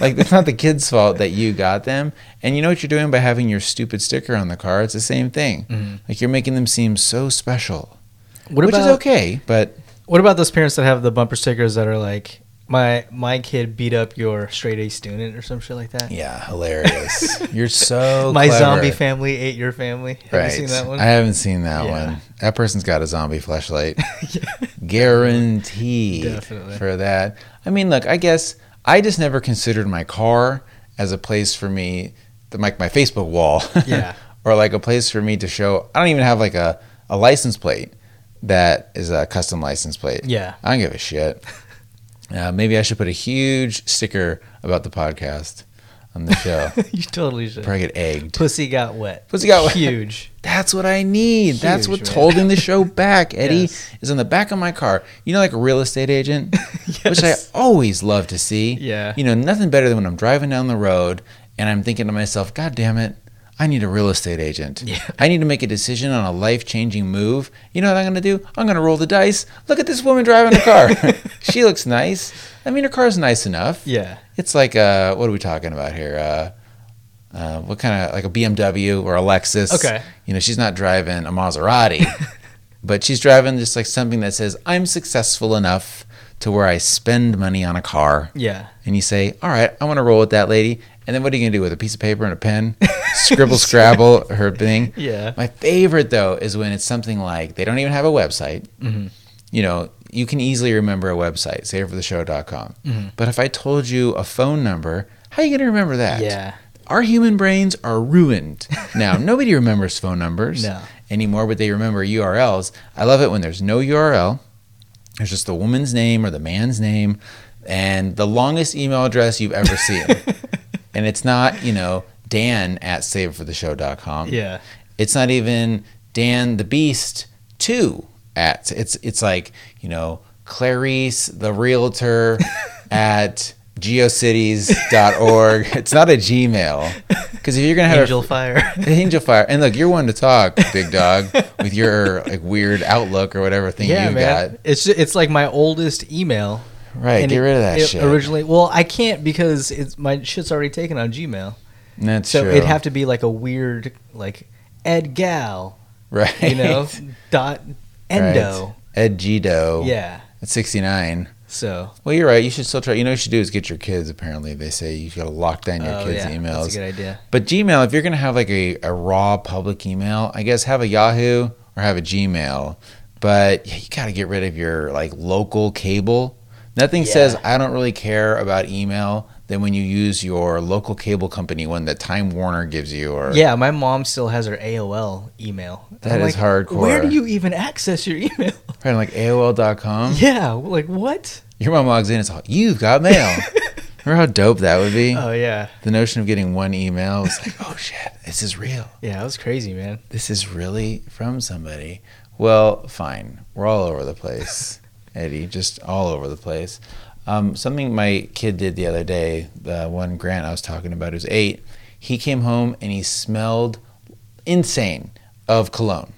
Speaker 1: like it's not the kid's fault that you got them. And you know what you're doing by having your stupid sticker on the car? It's the same thing. Like you're making them seem so special.
Speaker 2: Mm-hmm. What
Speaker 1: which
Speaker 2: about
Speaker 1: is okay, but
Speaker 2: what about those parents that have the bumper stickers that are like my my kid beat up your straight A student or some shit like that?
Speaker 1: yeah, hilarious. you're so
Speaker 2: my
Speaker 1: clever.
Speaker 2: zombie family ate your family. Have
Speaker 1: right.
Speaker 2: you seen that one?
Speaker 1: I haven't seen that
Speaker 2: Yeah.
Speaker 1: one. That person's got a zombie flashlight. Guaranteed
Speaker 2: Definitely.
Speaker 1: for that. I mean, look, I guess I just never considered my car as a place for me, the, like my Facebook wall.
Speaker 2: Yeah.
Speaker 1: or like a place for me to show. I don't even have like a, a license plate that is a custom license plate.
Speaker 2: Yeah.
Speaker 1: I don't give a shit. Uh, maybe I should put a huge sticker about the podcast on the show.
Speaker 2: you totally should.
Speaker 1: Probably get egged.
Speaker 2: Pussy got wet.
Speaker 1: Pussy got wet.
Speaker 2: Huge.
Speaker 1: That's what I need. That's
Speaker 2: Huge,
Speaker 1: what's
Speaker 2: man.
Speaker 1: holding the show back, Eddie,
Speaker 2: Yes.
Speaker 1: is on the back of my car. You know, like a real estate agent, which I
Speaker 2: Yes.
Speaker 1: always love to see.
Speaker 2: Yeah.
Speaker 1: You know, nothing better than when I'm driving down the road and I'm thinking to myself, God damn it, I need a real estate agent.
Speaker 2: Yeah.
Speaker 1: I need to make a decision on a life changing move. You know what I'm going to do? I'm going to roll the dice. Look at this woman driving a car. she looks nice. I mean, her car's nice enough.
Speaker 2: Yeah.
Speaker 1: It's like, uh, what are we talking about here? Uh, uh, what kind of like a BMW or a Lexus?
Speaker 2: Okay.
Speaker 1: You know, she's not driving a Maserati, but she's driving just like something that says, "I'm successful enough to where I spend money on a car."
Speaker 2: Yeah.
Speaker 1: And you say, "All right, I want to roll with that lady." And then what are you gonna do with a piece of paper and a pen? Scribble, scrabble her thing.
Speaker 2: Yeah.
Speaker 1: My favorite though is when it's something like they don't even have a website.
Speaker 2: Mm-hmm.
Speaker 1: You know, you can easily remember a website, savefortheshow.com.
Speaker 2: Mm-hmm.
Speaker 1: But if I told you a phone number, how are you gonna remember that?
Speaker 2: Yeah.
Speaker 1: our human brains are ruined now nobody remembers phone numbers
Speaker 2: No.
Speaker 1: anymore but they remember urls i love it when there's no url there's just the woman's name or the man's name and the longest email address you've ever seen and it's not you know dan at savefortheshow.com
Speaker 2: Yeah.
Speaker 1: it's not even dan the beast 2 at it's it's like you know clarice the realtor at geocities.org it's not a gmail because if you're gonna have
Speaker 2: Angel fire.
Speaker 1: a angel fire and look you're one to talk big dog with your like weird outlook or whatever thing
Speaker 2: yeah,
Speaker 1: you
Speaker 2: man.
Speaker 1: got
Speaker 2: It's it's like my oldest email.
Speaker 1: right
Speaker 2: And
Speaker 1: get
Speaker 2: it-
Speaker 1: rid of that
Speaker 2: it
Speaker 1: shit
Speaker 2: Originally, well, I can't because it's my shit's already taken on Gmail.
Speaker 1: that's
Speaker 2: So
Speaker 1: true
Speaker 2: it'd have to be like a weird like Ed Gal,
Speaker 1: right Oh.
Speaker 2: you know, dot endo.
Speaker 1: right. ed gido
Speaker 2: Yeah.
Speaker 1: at 69
Speaker 2: So
Speaker 1: Well, you're right. You should still try. You know, what you should do is get your kids. Apparently, they say you got to lock down your
Speaker 2: oh,
Speaker 1: kids'
Speaker 2: yeah,
Speaker 1: emails.
Speaker 2: That's a good idea.
Speaker 1: But Gmail, if you're going to have like a, a raw public email, I guess have a Yahoo or have a Gmail. But yeah, you got to get rid of your like local cable. Nothing
Speaker 2: Yeah.
Speaker 1: says I don't really care about email than when you use your local cable company one that Time Warner gives you or
Speaker 2: Yeah, my mom still has her AOL email.
Speaker 1: That
Speaker 2: That is
Speaker 1: is hardcore.
Speaker 2: Where do you even access your email?
Speaker 1: Probably like AOL.com.
Speaker 2: yeah, like what?
Speaker 1: Your mom logs in, it's all you've got mail. Remember how dope that would be?
Speaker 2: Oh yeah,
Speaker 1: The notion of getting one email was like, oh shit, this is real.
Speaker 2: yeah, that was crazy, man.
Speaker 1: this is really from somebody. Well, fine. We're all over the place, Eddie, just all over the place. Um, something my kid did the other day, the one Grant I was talking about who's eight, he came home and he smelled insane of cologne.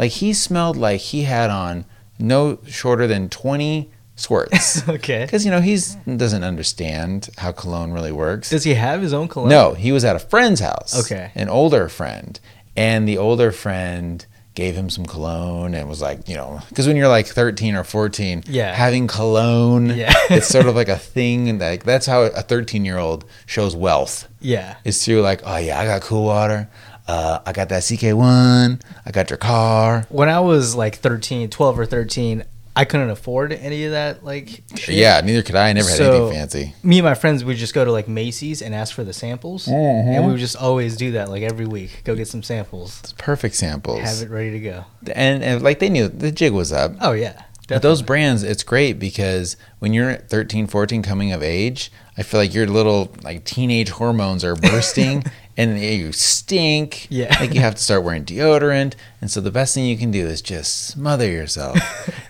Speaker 1: Like he smelled like he had on no shorter than 20 Swartz.
Speaker 2: Okay.
Speaker 1: Because, you know, he's doesn't understand how cologne really works.
Speaker 2: Does he have his own cologne?
Speaker 1: No, he was at a friend's house.
Speaker 2: Okay.
Speaker 1: An older friend. And the older friend gave him some cologne and was like, you know, because when you're like 13 or 14,
Speaker 2: Yeah.
Speaker 1: having cologne,
Speaker 2: Yeah.
Speaker 1: it's sort of like a thing. And like, that's how a 13 year old shows wealth
Speaker 2: Yeah.
Speaker 1: is through like, oh yeah, I got cool water. Uh, I got that CK1. I got your car.
Speaker 2: When I was like 13, 12 or 13, I couldn't afford any of that like shit.
Speaker 1: Yeah, neither could I. I never had
Speaker 2: So-
Speaker 1: anything fancy.
Speaker 2: Me and my friends would just go to like Macy's and ask for the samples.
Speaker 1: Mm-hmm.
Speaker 2: And we would just always do that like every week. Go get some samples.
Speaker 1: It's perfect samples.
Speaker 2: Have it ready to go.
Speaker 1: and, and like they knew the jig was up.
Speaker 2: Oh yeah.
Speaker 1: But those brands, it's great because when you're 13, 14, coming of age, I feel like your little like teenage hormones are bursting and you stink.
Speaker 2: Yeah.
Speaker 1: Like you have to start wearing deodorant. And so the best thing you can do is just smother yourself.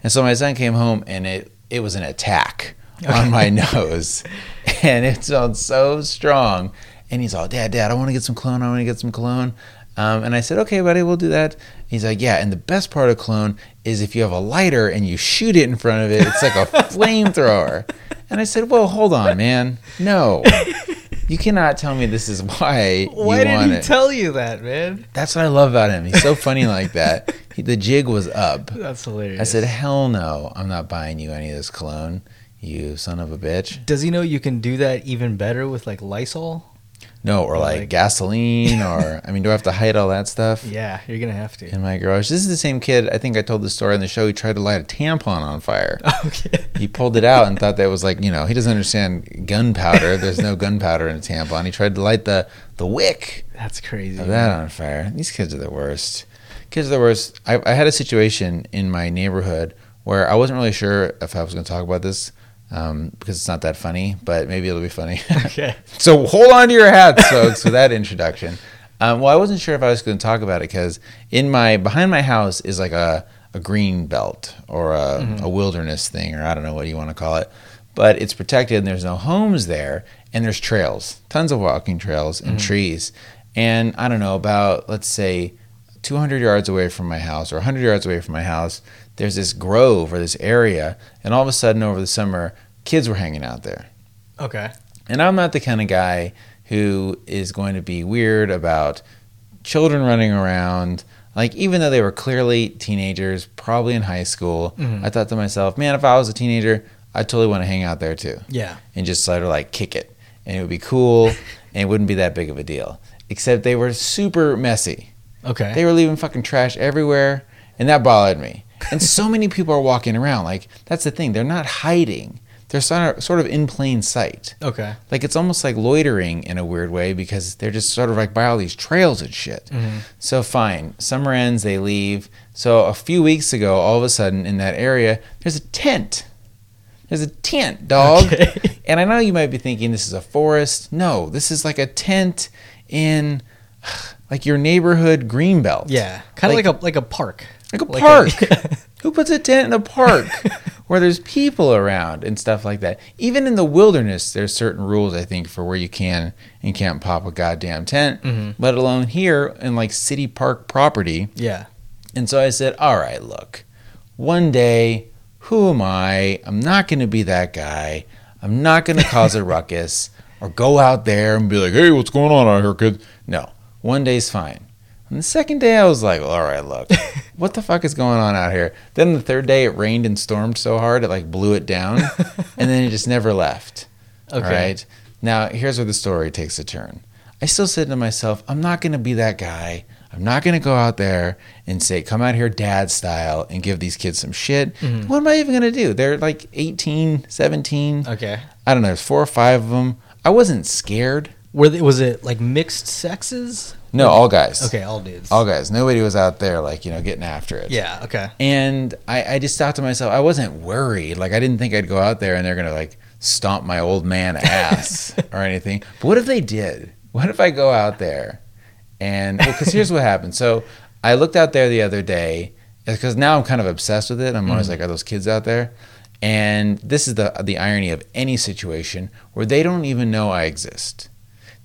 Speaker 1: and so my son came home and it, it was an attack on my nose. And it smelled so strong. And he's all, Dad, Dad, I want to get some cologne. I want to get some cologne. Um, and I said, okay, buddy, we'll do that. He's like, yeah. And the best part of cologne is if you have a lighter and you shoot it in front of it, it's like a flamethrower. And I said, well, hold on, man. No, you cannot tell me this is why
Speaker 2: Why
Speaker 1: you
Speaker 2: did
Speaker 1: want
Speaker 2: he
Speaker 1: it.
Speaker 2: tell you that, man?
Speaker 1: That's what I love about him. He's so funny like that. He, the jig was up.
Speaker 2: That's hilarious.
Speaker 1: I said, hell no, I'm not buying you any of this cologne, you son of a bitch.
Speaker 2: Does he know you can do that even better with like Lysol?
Speaker 1: No, or like,
Speaker 2: like-
Speaker 1: gasoline, or I mean, do I have to hide all that stuff?
Speaker 2: Yeah, you're gonna have to.
Speaker 1: in my garage. This is the same kid. I think I told the story on the show. He tried to light a tampon on fire.
Speaker 2: Okay.
Speaker 1: He pulled it out and thought that was like you know he doesn't understand gunpowder. There's no gunpowder in a tampon. He tried to light the the wick
Speaker 2: That's crazy.
Speaker 1: of Oh, that on fire. These kids are the worst. Kids are the worst. I, I had a situation in my neighborhood where I wasn't really sure if I was going to talk about this um, because it's not that funny, but maybe it'll be funny.
Speaker 2: Okay.
Speaker 1: So hold on to your hats, folks, for that introduction. Um, well, I wasn't sure if I was going to talk about it because in my behind my house is like a, a green belt or a, a wilderness thing, or I don't know what you want to call it, but it's protected and there's no homes there and there's trails, tons of walking trails and trees. And I don't know about let's say 200 yards away from my house or 100 yards away from my house, there's this grove or this area, and all of a sudden over the summer, kids were hanging out there.
Speaker 2: Okay.
Speaker 1: And I'm not the kind of guy who is going to be weird about children running around. Like, even though they were clearly teenagers, probably in high school, I thought to myself, man, if I was a teenager, I totally want to hang out there too
Speaker 2: Yeah.
Speaker 1: and just sort of like kick it. And it would be cool and it wouldn't be that big of a deal. Except they were super messy.
Speaker 2: Okay.
Speaker 1: They were leaving fucking trash everywhere, and that bothered me. And so many people are walking around. Like, that's the thing. They're not hiding, they're sor- sort of in plain sight
Speaker 2: okay.
Speaker 1: like it's almost like loitering in a weird way because they're just sort of like by all these trails and shit.
Speaker 2: Mm-hmm.
Speaker 1: So fine, summer ends, they leave. So a few weeks ago, all of a sudden in that area, there's a tent. There's a tent, dog.
Speaker 2: Okay.
Speaker 1: And I know you might be thinking this is a forest. No, this is like a tent in like your neighborhood greenbelt.
Speaker 2: Yeah. Kind of like, a like a park.
Speaker 1: Like a
Speaker 2: Like a-
Speaker 1: park. Who puts a tent in a park where there's people around and stuff like that? Even in the wilderness, there's certain rules I think for where you can and can't pop a goddamn tent, let alone here in like city park property.
Speaker 2: Yeah.
Speaker 1: And so I said, "All right, look. One day, who am I? I'm not going to be that guy. I'm not going to cause a ruckus or go out there and be like, "Hey, what's going on out here, kid?" No. One day's fine. And the second day, I was like, "All right, look. what the fuck is going on out here?" Then the third day, it rained and stormed so hard it like blew it down, and then it just never left.
Speaker 2: Okay.
Speaker 1: All right. Now, here's where the story takes a turn. I still said to myself, I'm not going to be that guy. I'm not going to go out there and say, come out here dad style and give these kids some shit.
Speaker 2: Mm-hmm.
Speaker 1: What am I even going to do? They're like 18, 17.
Speaker 2: Okay.
Speaker 1: I don't know. There's four or five of them. I wasn't scared.
Speaker 2: Were they, was it like mixed sexes?
Speaker 1: No, all guys.
Speaker 2: Okay, all dudes.
Speaker 1: All guys. Nobody was out there, like, you know, getting after it.
Speaker 2: yeah. Okay.
Speaker 1: And I, I just thought to myself, I wasn't worried. Like I didn't think I'd go out there and they're gonna like stomp my old man ass or anything. But what if they did? What if I go out there and because here's what happened. So I looked out there the other day because now I'm kind of obsessed with it. I'm always like, are those kids out there? And this is the the irony of any situation where they don't even know I exist.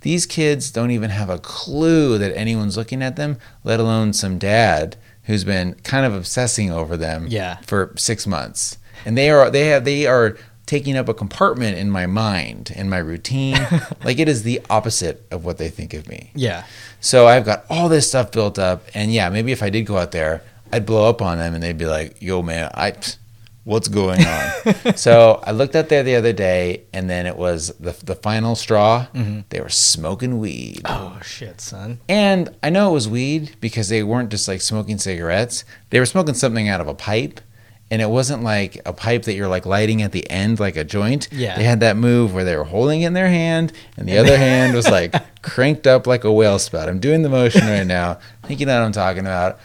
Speaker 1: These kids don't even have a clue that anyone's looking at them, let alone some dad who's been kind of obsessing over them
Speaker 2: Yeah.
Speaker 1: for six months. and they are they have they are taking up a compartment in my mind in my routine like it is the opposite of what they think of me
Speaker 2: Yeah.
Speaker 1: so i've got all this stuff built up and yeah maybe if i did go out there i'd blow up on them and they'd be like yo man i pfft, what's going on so i looked out there the other day and then it was the, the final straw they were smoking weed
Speaker 2: Oh shit, son.
Speaker 1: and I know it was weed because they weren't just like smoking cigarettes. They were smoking something out of a pipe. And it wasn't like a pipe that you're like lighting at the end like a joint.
Speaker 2: Yeah.
Speaker 1: They had that move where they were holding it in their hand and the other hand was like cranked up like a whale spout. I'm doing the motion right now. I think you know what I'm talking about.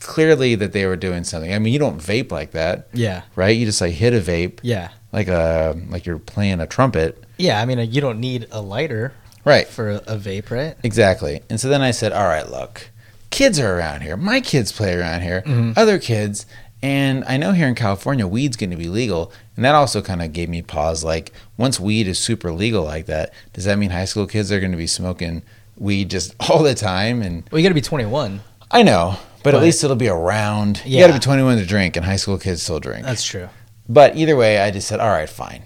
Speaker 1: Clearly that they were doing something. I mean, you don't vape like that,
Speaker 2: Yeah.
Speaker 1: right? You just like hit a vape
Speaker 2: Yeah.
Speaker 1: like a like you're playing a trumpet.
Speaker 2: Yeah. I mean, uh, you don't need a lighter
Speaker 1: Right.
Speaker 2: for a, a vape, right?
Speaker 1: Exactly. And so then I said, all right, look, kids are around here. My kids play around here, other kids. And I know here in California, weed's going to be legal. And that also kind of gave me pause. Like, once weed is super legal like that, does that mean high school kids are going to be smoking weed just all the time? And
Speaker 2: Well, you got to be 21.
Speaker 1: I know, but,
Speaker 2: But-
Speaker 1: at least it'll be around. You
Speaker 2: Yeah.
Speaker 1: got to be 21 to drink, and high school kids still drink.
Speaker 2: That's true.
Speaker 1: But either way, I just said, all right, fine.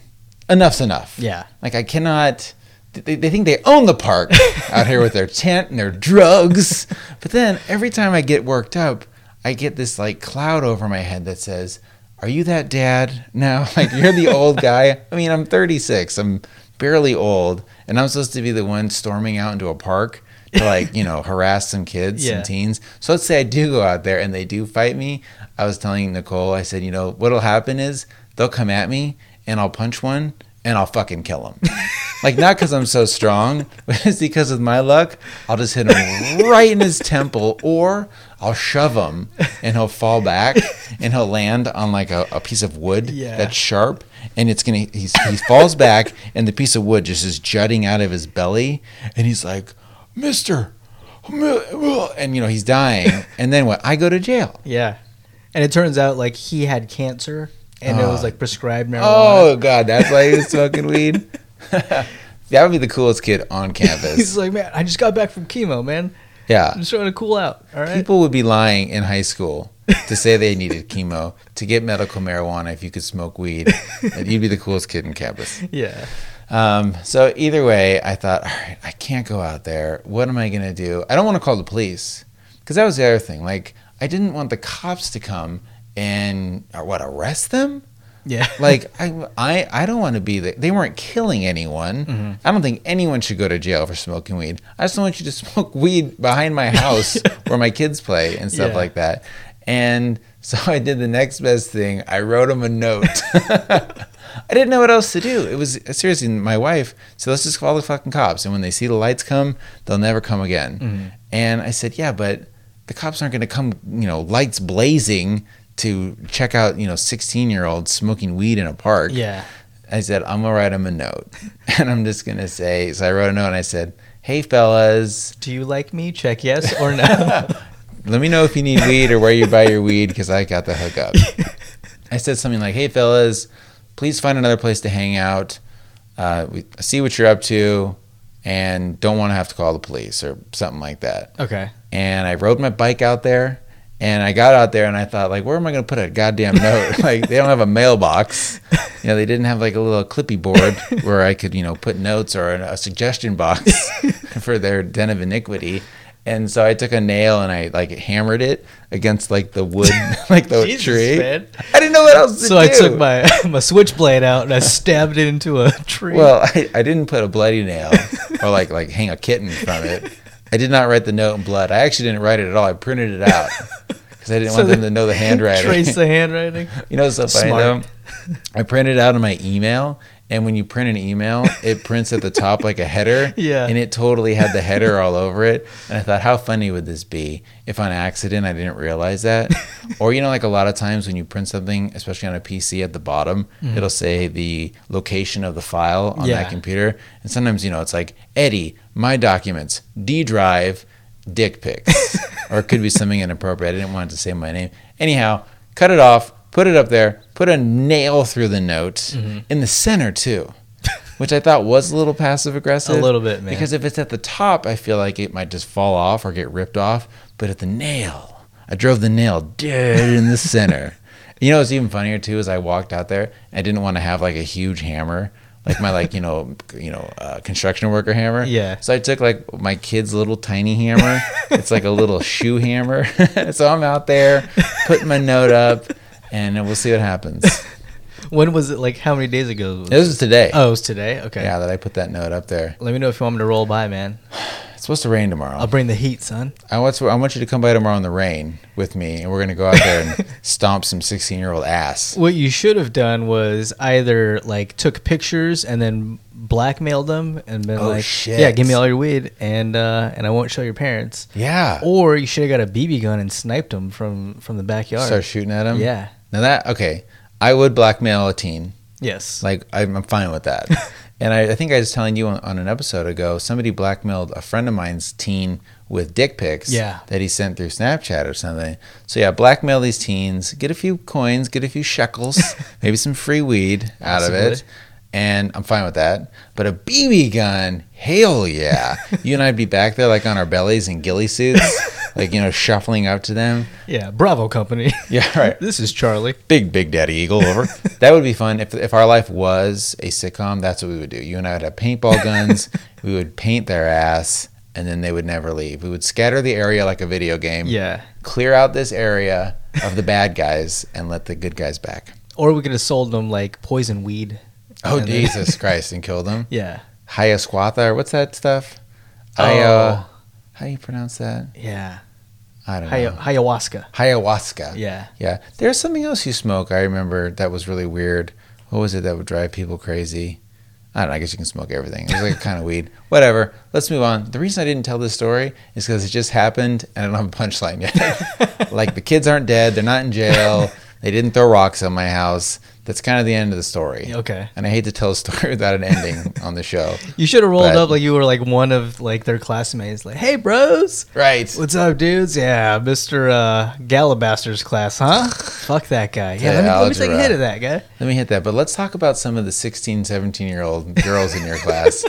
Speaker 1: Enough's enough.
Speaker 2: Yeah.
Speaker 1: Like, I cannot. They, they think they own the park out here with their tent and their drugs. But then every time I get worked up, I get this like cloud over my head that says, Are you that dad now? Like, you're the old guy. I mean, I'm 36, I'm barely old, and I'm supposed to be the one storming out into a park to like, you know, harass some kids,
Speaker 2: Yeah.
Speaker 1: some teens. So let's say I do go out there and they do fight me. I was telling Nicole, I said, You know, what'll happen is they'll come at me and I'll punch one and I'll fucking kill him. like not because I'm so strong, but it's because of my luck. I'll just hit him right in his temple, or I'll shove him and he'll fall back and he'll land on like a, a piece of wood
Speaker 2: Yeah.
Speaker 1: that's sharp, and it's gonna he's, he falls back and the piece of wood just is jutting out of his belly, and he's like, Mister. And you know he's dying, and then what? I go to jail.
Speaker 2: Yeah. And it turns out like he had cancer and it was
Speaker 1: Ah.
Speaker 2: like prescribed marijuana.
Speaker 1: Oh god, that's why he was smoking weed. that would be the coolest kid on campus.
Speaker 2: He's like, man, I just got back from chemo, man.
Speaker 1: Yeah.
Speaker 2: I'm just trying to cool out. All right.
Speaker 1: People would be lying in high school to say they needed chemo to get medical marijuana if you could smoke weed. and you'd be the coolest kid in campus.
Speaker 2: Yeah.
Speaker 1: Um, so either way, I thought, all right, I can't go out there. What am I gonna do? I don't want to call the police because that was the other thing. Like, I didn't want the cops to come and or what arrest them.
Speaker 2: Yeah.
Speaker 1: Like I, I, I don't want to be the. They weren't killing anyone.
Speaker 2: Mm-hmm.
Speaker 1: I don't think anyone should go to jail for smoking weed. I just don't want you to smoke weed behind my house where my kids play and stuff
Speaker 2: Yeah.
Speaker 1: like that. And so I did the next best thing. I wrote him a note. I didn't know what else to do. It was seriously my wife. So let's just call the fucking cops. And when they see the lights come, they'll never come again. And I said, yeah, but the cops aren't going to come, you know, lights blazing to check out, you know, 16 year olds smoking weed in a park.
Speaker 2: yeah.
Speaker 1: I said, I'm going to write them a note. and I'm just going to say, so I wrote a note and I said, hey, fellas,
Speaker 2: Do you like me? Check yes or no.
Speaker 1: let me know if you need weed or where you buy your weed because I got the hookup. I said something like, "Hey fellas, please find another place to hang out. Uh, we I see what you're up to, and don't want to have to call the police or something like that."
Speaker 2: okay.
Speaker 1: and I rode my bike out there. And I got out there and I thought, like, where am I going to put a goddamn note? like, they don't have a mailbox. You know, they didn't have like a little clippy board where I could, you know, put notes or a a suggestion box for their den of iniquity. And so I took a nail and I like hammered it against like the wood, like the
Speaker 2: Jesus,
Speaker 1: tree.
Speaker 2: man.
Speaker 1: I didn't know what else to do.
Speaker 2: So I took my my switchblade out and I stabbed it into a tree.
Speaker 1: Well, I, I didn't put a bloody nail or like like hang a kitten from it. I did not write the note in blood. I actually didn't write it at all. I printed it out because I didn't want them to know the handwriting.
Speaker 2: Trace the handwriting.
Speaker 1: you know what's so funny
Speaker 2: Smart.
Speaker 1: though? I printed it out in my email, and when you print an email, it prints at the top like a header.
Speaker 2: Yeah.
Speaker 1: And it totally had the header all over it. And I thought, how funny would this be if on accident I didn't realize that? or you know, like a lot of times when you print something, especially on a PC at the bottom, it'll say the location of the file on
Speaker 2: Mm. Yeah.
Speaker 1: that computer. And sometimes, you know, it's like Eddie, my documents, D drive, dick pics. or it could be something inappropriate. I didn't want it to say my name. Anyhow, cut it off, put it up there, put a nail through the note
Speaker 2: Mm-hmm.
Speaker 1: in the center too. Which I thought was a little passive aggressive.
Speaker 2: A little bit, man.
Speaker 1: Because if it's at the top, I feel like it might just fall off or get ripped off. But at the nail, I drove the nail dead in the center. You know what's even funnier too is I walked out there. I didn't want to have like a huge hammer, like my like you know you know uh, construction worker hammer.
Speaker 2: Yeah.
Speaker 1: So I took like my kid's little tiny hammer. it's like a little shoe hammer. so I'm out there putting my note up, and we'll see what happens.
Speaker 2: When was it? Like how many days ago? was it?
Speaker 1: This is today.
Speaker 2: Oh, it was today. Okay.
Speaker 1: Yeah, that I put that note up there.
Speaker 2: Let me know if you want me to roll by, man.
Speaker 1: It's supposed to rain tomorrow.
Speaker 2: I'll bring the heat, son.
Speaker 1: I want, I want you to come by tomorrow in the rain with me, and we're going to go out there and stomp some 16 year old ass.
Speaker 2: What you should have done was either like took pictures and then blackmailed them and been
Speaker 1: Oh,
Speaker 2: like,
Speaker 1: shit.
Speaker 2: "Yeah, give me all your weed and uh, and I won't show your parents."
Speaker 1: Yeah.
Speaker 2: Or you should have got a BB gun and sniped them from from the backyard.
Speaker 1: Start shooting at him.
Speaker 2: Yeah.
Speaker 1: Now that, okay, I would blackmail a teen.
Speaker 2: Yes.
Speaker 1: Like, I'm, I'm fine with that. and I, I think I was telling you on, on an episode ago, somebody blackmailed a friend of mine's teen with dick pics
Speaker 2: Yeah.
Speaker 1: that he sent through Snapchat or something. So, yeah, blackmail these teens, get a few coins, get a few shekels, maybe some free weed out of it.
Speaker 2: Possibly.
Speaker 1: And I'm fine with that. But a BB gun, hell yeah. you and I'd be back there, like on our bellies in ghillie suits, like, you know, shuffling up to them.
Speaker 2: yeah. Bravo company.
Speaker 1: Yeah, right
Speaker 2: this is Charlie.
Speaker 1: big big daddy eagle over that would be fun if, if our life was a sitcom that's what we would do you and i would have paintball guns we would paint their ass and then they would never leave we would scatter the area like a video game
Speaker 2: Yeah.
Speaker 1: clear out this area of the bad guys and let the good guys back
Speaker 2: Or we could have sold them like poison weed.
Speaker 1: oh
Speaker 2: And then-
Speaker 1: jesus christ and kill them
Speaker 2: Yeah.
Speaker 1: hiasquatha or what's that stuff i uh how do you pronounce that
Speaker 2: Yeah.
Speaker 1: i don't
Speaker 2: Hi-
Speaker 1: know
Speaker 2: ayahuasca.
Speaker 1: Hiawaska.
Speaker 2: Yeah.
Speaker 1: Yeah. There's something else you smoke. I remember that was really weird. What was it that would drive people crazy? I don't know. I guess you can smoke everything. It was like a kind of weed. Whatever. Let's move on. The reason I didn't tell this story is because it just happened and I don't have a punchline yet. like the kids aren't dead. They're not in jail. They didn't throw rocks on my house. That's kind of the end of the story.
Speaker 2: Okay.
Speaker 1: And I hate to tell a story without an ending on the show.
Speaker 2: You should have rolled
Speaker 1: But-
Speaker 2: up like you were like one of like their classmates. Like, hey, bros.
Speaker 1: Right.
Speaker 2: What's up, dudes? Yeah, Mr. Uh, Galabaster's class, huh? Fuck that guy. Yeah,
Speaker 1: Yeah,
Speaker 2: let, me, let me take a
Speaker 1: algebra.
Speaker 2: hit of that guy.
Speaker 1: Let me hit that. But let's talk about some of the 16, 17 year old girls in your class.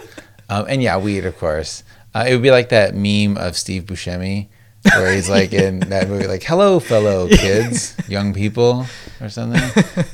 Speaker 1: Um, and yeah, weed, of course. Uh, it would be like that meme of Steve Buscemi where he's like in that movie, like, hello, fellow kids, young people, or something.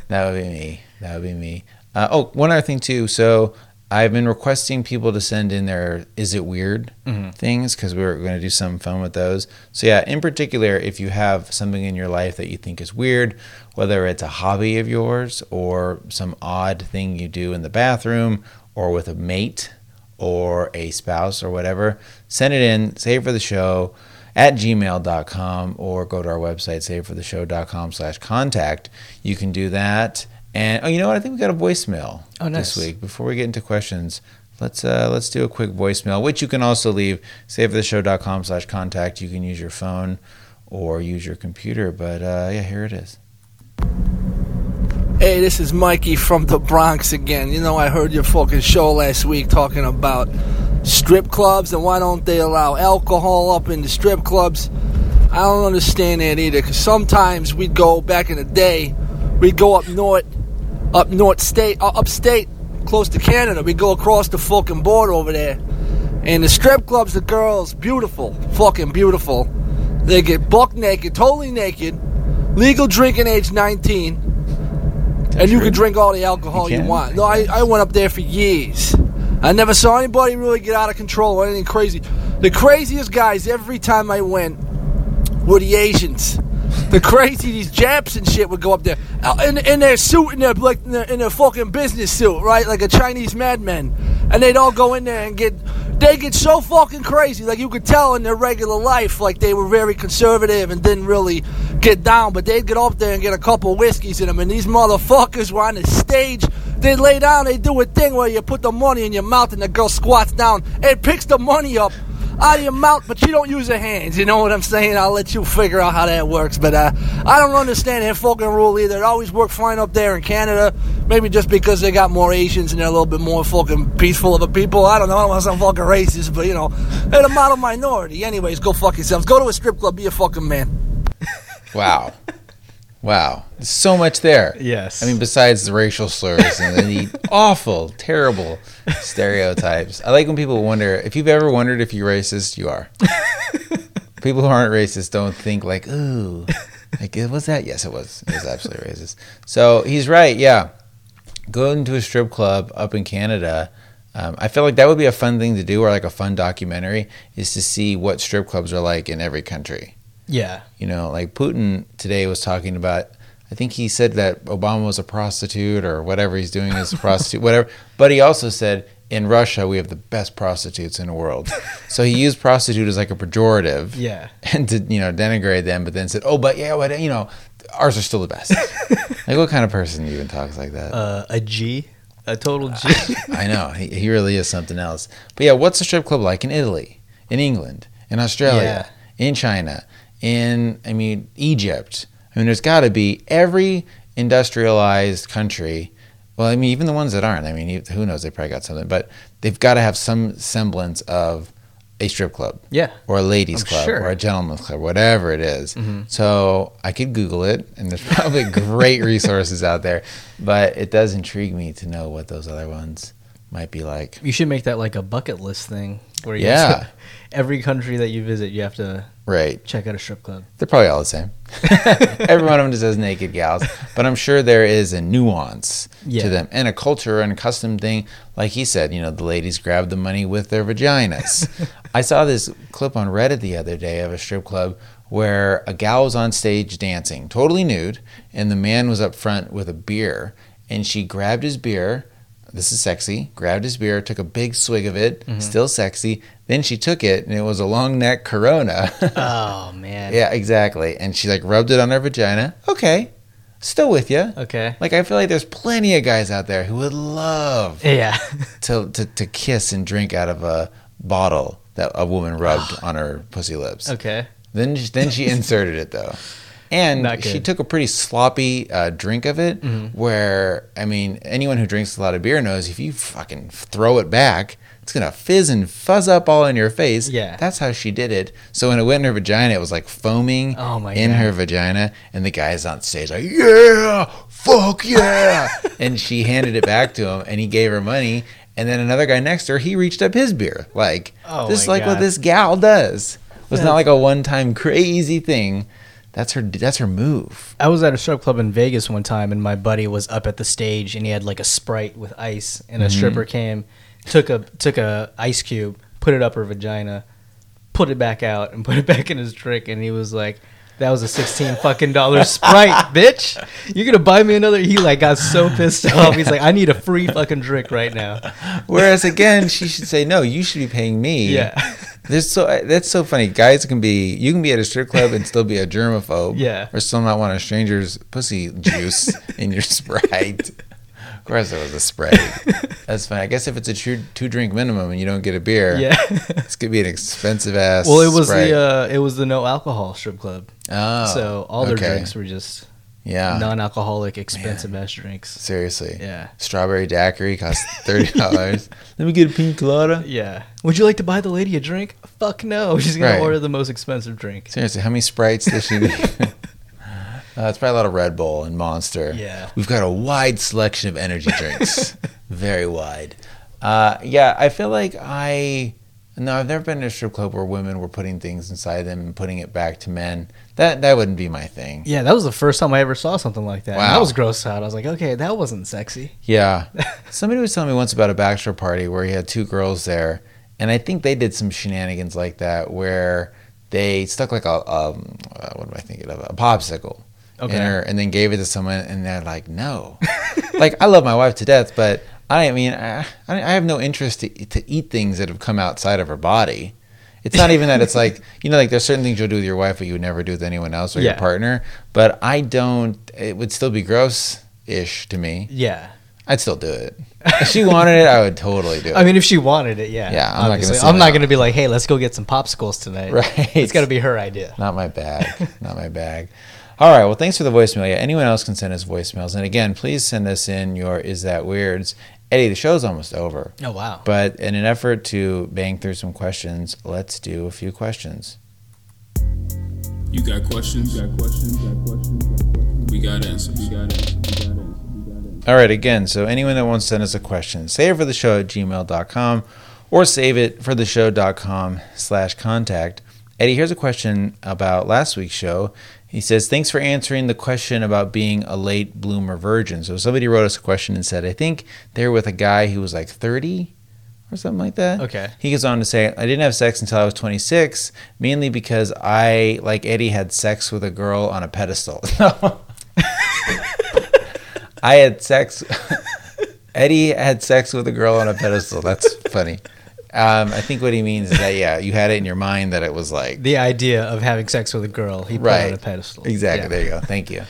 Speaker 1: That would be me. That would be me. Uh, oh, one other thing, too. So I've been requesting people to send in their "Is it weird?" things because we were going to do some fun with those. So yeah, in particular, if you have something in your life that you think is weird, whether it's a hobby of yours or some odd thing you do in the bathroom or with a mate or a spouse or whatever, send it in. Save for the show at gmail.com or go to our website savefortheshow.com slash contact you can do that and oh you know what i think we got a voicemail
Speaker 2: Oh, nice.
Speaker 1: this week before we get into questions let's uh let's do a quick voicemail which you can also leave savefortheshow.com slash contact you can use your phone or use your computer but uh yeah here it is
Speaker 3: Hey, this is Mikey from the Bronx again. You know, I heard your fucking show last week talking about strip clubs and why don't they allow alcohol up in the strip clubs. I don't understand that either because sometimes we'd go back in the day, we'd go up north, up north state, uh, upstate, close to Canada. We'd go across the fucking border over there. And the strip clubs, the girls, beautiful, fucking beautiful. They get buck naked, totally naked, legal drinking age 19 and you can drink all the alcohol
Speaker 1: You
Speaker 3: you,
Speaker 1: can?
Speaker 3: want. No, I, I went up there for years. I never saw anybody really get out of control or anything crazy. The craziest guys every time I went were the Asians. The crazy these Japs and shit would go up there uh, in, in their suit in their like in their, in their fucking business suit, right? Like a Chinese madman, and they'd all go in there and get they get so fucking crazy. Like you could tell in their regular life, like they were very conservative and didn't really get down. But they'd get up there and get a couple whiskeys in them, and these motherfuckers were on the stage. They lay down, they do a thing where you put the money in your mouth, and the girl squats down and picks the money up out of your mouth, but you don't use your hands. You know what I'm saying? I'll let you figure out how that works. But uh, I don't understand that fucking rule either. It always worked fine up there in Canada. Maybe just because they got more Asians and they're a little bit more fucking peaceful of a people. I don't know. I don't want to sound fucking racist, but you know, they're the model minority. Anyways, go fuck yourselves. Go to a strip club, be a fucking man.
Speaker 1: wow wow There's so much there
Speaker 2: Yes.
Speaker 1: I mean, besides the racial slurs and the awful, terrible stereotypes. I like when people wonder if you've ever wondered if you're racist, you are. people who aren't racist don't think like, ooh, Like, was that? Yes, it was. It was absolutely racist. So he's right. Yeah, going to a strip club up in Canada. Um, I feel like that would be a fun thing to do, or like a fun documentary, is to see what strip clubs are like in every country.
Speaker 2: Yeah.
Speaker 1: You know, like Putin today was talking about. I think he said that Obama was a prostitute or whatever he's doing is a prostitute, whatever. But he also said in Russia we have the best prostitutes in the world. so he used prostitute as like a pejorative
Speaker 2: Yeah.
Speaker 1: and to you know denigrate them, but then said, "Oh, but yeah, but you know, ours are still the best." like, what kind of person even talks like that?
Speaker 2: Uh, a G, a total G.
Speaker 1: I know he, he really is something else. But yeah, what's a strip club like in Italy, in England, in Australia, in China, in I mean Egypt? I mean, there's got to be every industrialized country. Well, I mean, even the ones that aren't. I mean, you- who knows? They probably got something, but they've got to have some semblance of a strip club
Speaker 2: yeah.
Speaker 1: or a ladies
Speaker 2: I'm
Speaker 1: club
Speaker 2: sure. Mm-hmm.
Speaker 1: or a gentleman's club, whatever it is. So I could Google it, and there's probably great resources out there. But it does intrigue me to know what those other ones might be like.
Speaker 2: You should make that like a bucket list thing where you
Speaker 1: Yeah.
Speaker 2: have to- every country that you visit, you have to
Speaker 1: Right?
Speaker 2: check out a strip club.
Speaker 1: They're probably all the same. Every one of them just has naked gals, but I'm sure there is a nuance
Speaker 2: Yeah.
Speaker 1: to them and a culture and a custom thing. Like he said, you know, the ladies grab the money with their vaginas. I saw this clip on Reddit the other day of a strip club where a gal was on stage dancing, totally nude, and the man was up front with a beer, and she grabbed his beer. This is sexy. Grabbed his beer, took a big swig of it, still sexy. Then she took it, and it was a long neck Corona.
Speaker 2: Oh man.
Speaker 1: Yeah, exactly. And she like rubbed it on her vagina. Okay, still with you.
Speaker 2: Okay.
Speaker 1: Like I feel like there's plenty of guys out there who would love
Speaker 2: Yeah.
Speaker 1: to to, to kiss and drink out of a bottle that a woman rubbed on her pussy lips.
Speaker 2: okay.
Speaker 1: Then she, then she inserted it though, and she
Speaker 2: Not good. Mm-hmm.
Speaker 1: took a pretty sloppy uh, drink of it. Where I mean, anyone who drinks a lot of beer knows if you fucking throw it back, it's gonna fizz and fuzz up all in your face.
Speaker 2: Yeah.
Speaker 1: that's how she did it. So when it went in her vagina, it was like foaming
Speaker 2: Oh, my
Speaker 1: in
Speaker 2: God.
Speaker 1: her vagina, and the guys on stage like, yeah, fuck yeah, and she handed it back to him, and he gave her money. And then another guy next to her, he reached up his beer. Like,
Speaker 2: Oh,
Speaker 1: this is
Speaker 2: my
Speaker 1: like what
Speaker 2: God.
Speaker 1: this gal does. It was not like
Speaker 2: That's-
Speaker 1: a one-time crazy thing. That's her. That's her move.
Speaker 2: I was at a strip club in Vegas one time, and my buddy was up at the stage, and he had like a sprite with ice, and
Speaker 1: Mm-hmm.
Speaker 2: a stripper came, took a took a ice cube, put it up her vagina, put it back out, and put it back in his drink, and he was like. That was a sixteen fucking dollar sprite, bitch. You're gonna buy me another. He like got so pissed off. He's like, I need a free fucking drink right now.
Speaker 1: Whereas again, she should say, "No, you should be paying me."
Speaker 2: Yeah,
Speaker 1: There's so that's so funny. Guys can be you can be at a strip club and still be a germaphobe.
Speaker 2: Yeah.
Speaker 1: Or still not want a stranger's pussy juice in your sprite. Of course, it was a sprite. That's fine. I guess if it's a true two drink minimum and you don't get a beer,
Speaker 2: yeah.
Speaker 1: it's gonna be an expensive ass.
Speaker 2: Well, it was the uh, it was the no alcohol strip club,
Speaker 1: oh,
Speaker 2: so all their
Speaker 1: okay. Ah.
Speaker 2: drinks were just
Speaker 1: yeah.
Speaker 2: non-alcoholic, expensive ass drinks.
Speaker 1: Seriously.
Speaker 2: Yeah.
Speaker 1: Strawberry daiquiri costs thirty dollars. Let me get a pina colada.
Speaker 2: Yeah. Would you like to buy the lady a drink? Fuck no. She's gonna
Speaker 1: Right.
Speaker 2: order the most expensive drink.
Speaker 1: Seriously, how many sprites does she need? uh, it's probably a lot of Red Bull and Monster.
Speaker 2: Yeah.
Speaker 1: We've got a wide selection of energy drinks. Very wide. Uh, yeah, I feel like I no, I've never been to a strip club where women were putting things inside them and putting it back to men. That that wouldn't be my thing.
Speaker 2: Yeah, that was the first time I ever saw something like that.
Speaker 1: Wow.
Speaker 2: I was grossed out. I was like, okay, that wasn't sexy.
Speaker 1: Yeah. Somebody was telling me once about a bachelor party where he had two girls there, and I think they did some shenanigans like that where they stuck like a um, uh, what am I thinking of a popsicle
Speaker 2: Okay.
Speaker 1: in her, and then gave it to someone, and they're like, no, like I love my wife to death, but I mean I I I have no interest to, to eat things that have come outside of her body. It's not even that it's like you know like there's certain things you'll do with your wife that you would never do with anyone else or your
Speaker 2: Yeah.
Speaker 1: partner, but I don't. It would still be gross ish to me.
Speaker 2: Yeah.
Speaker 1: I'd still do it. If she wanted it, I would totally do it.
Speaker 2: I mean, if she wanted it, yeah.
Speaker 1: Yeah, I'm not gonna
Speaker 2: obviously.
Speaker 1: say
Speaker 2: I'm not
Speaker 1: no.
Speaker 2: going to be like, hey, let's go get some popsicles tonight.
Speaker 1: Right.
Speaker 2: It's got to be her idea.
Speaker 1: Not my bag. Not my bag. All right. Well, thanks for the voicemail. Yeah, anyone else can send us voicemails. And again, please send us in your Is That Weirds. Eddie, the show's almost over.
Speaker 2: Oh, wow.
Speaker 1: But in an effort to bang through some questions, let's do a few questions.
Speaker 4: You got questions? got questions? got questions? We got answers. We got answers. We got answers. We got answers.
Speaker 1: All right. Again, so anyone that wants to send us a question, save it for the show at gmail.com or save it for the show.com slash contact. Eddie, here's a question about last week's show. He says, Thanks for answering the question about being a late bloomer virgin. So somebody wrote us a question and said, I think they're with a guy who was like 30 or something like that.
Speaker 2: Okay.
Speaker 1: He goes on to say, I didn't have sex until I was 26, mainly because I, like Eddie, had sex with a girl on a pedestal. I had sex. Eddie had sex with a girl on a pedestal. That's funny. Um, I think what he means is that, yeah, you had it in your mind that it was like
Speaker 2: The idea of having sex with a girl, he put
Speaker 1: right
Speaker 2: on a pedestal.
Speaker 1: Exactly.
Speaker 2: Yeah.
Speaker 1: There you go. Thank you.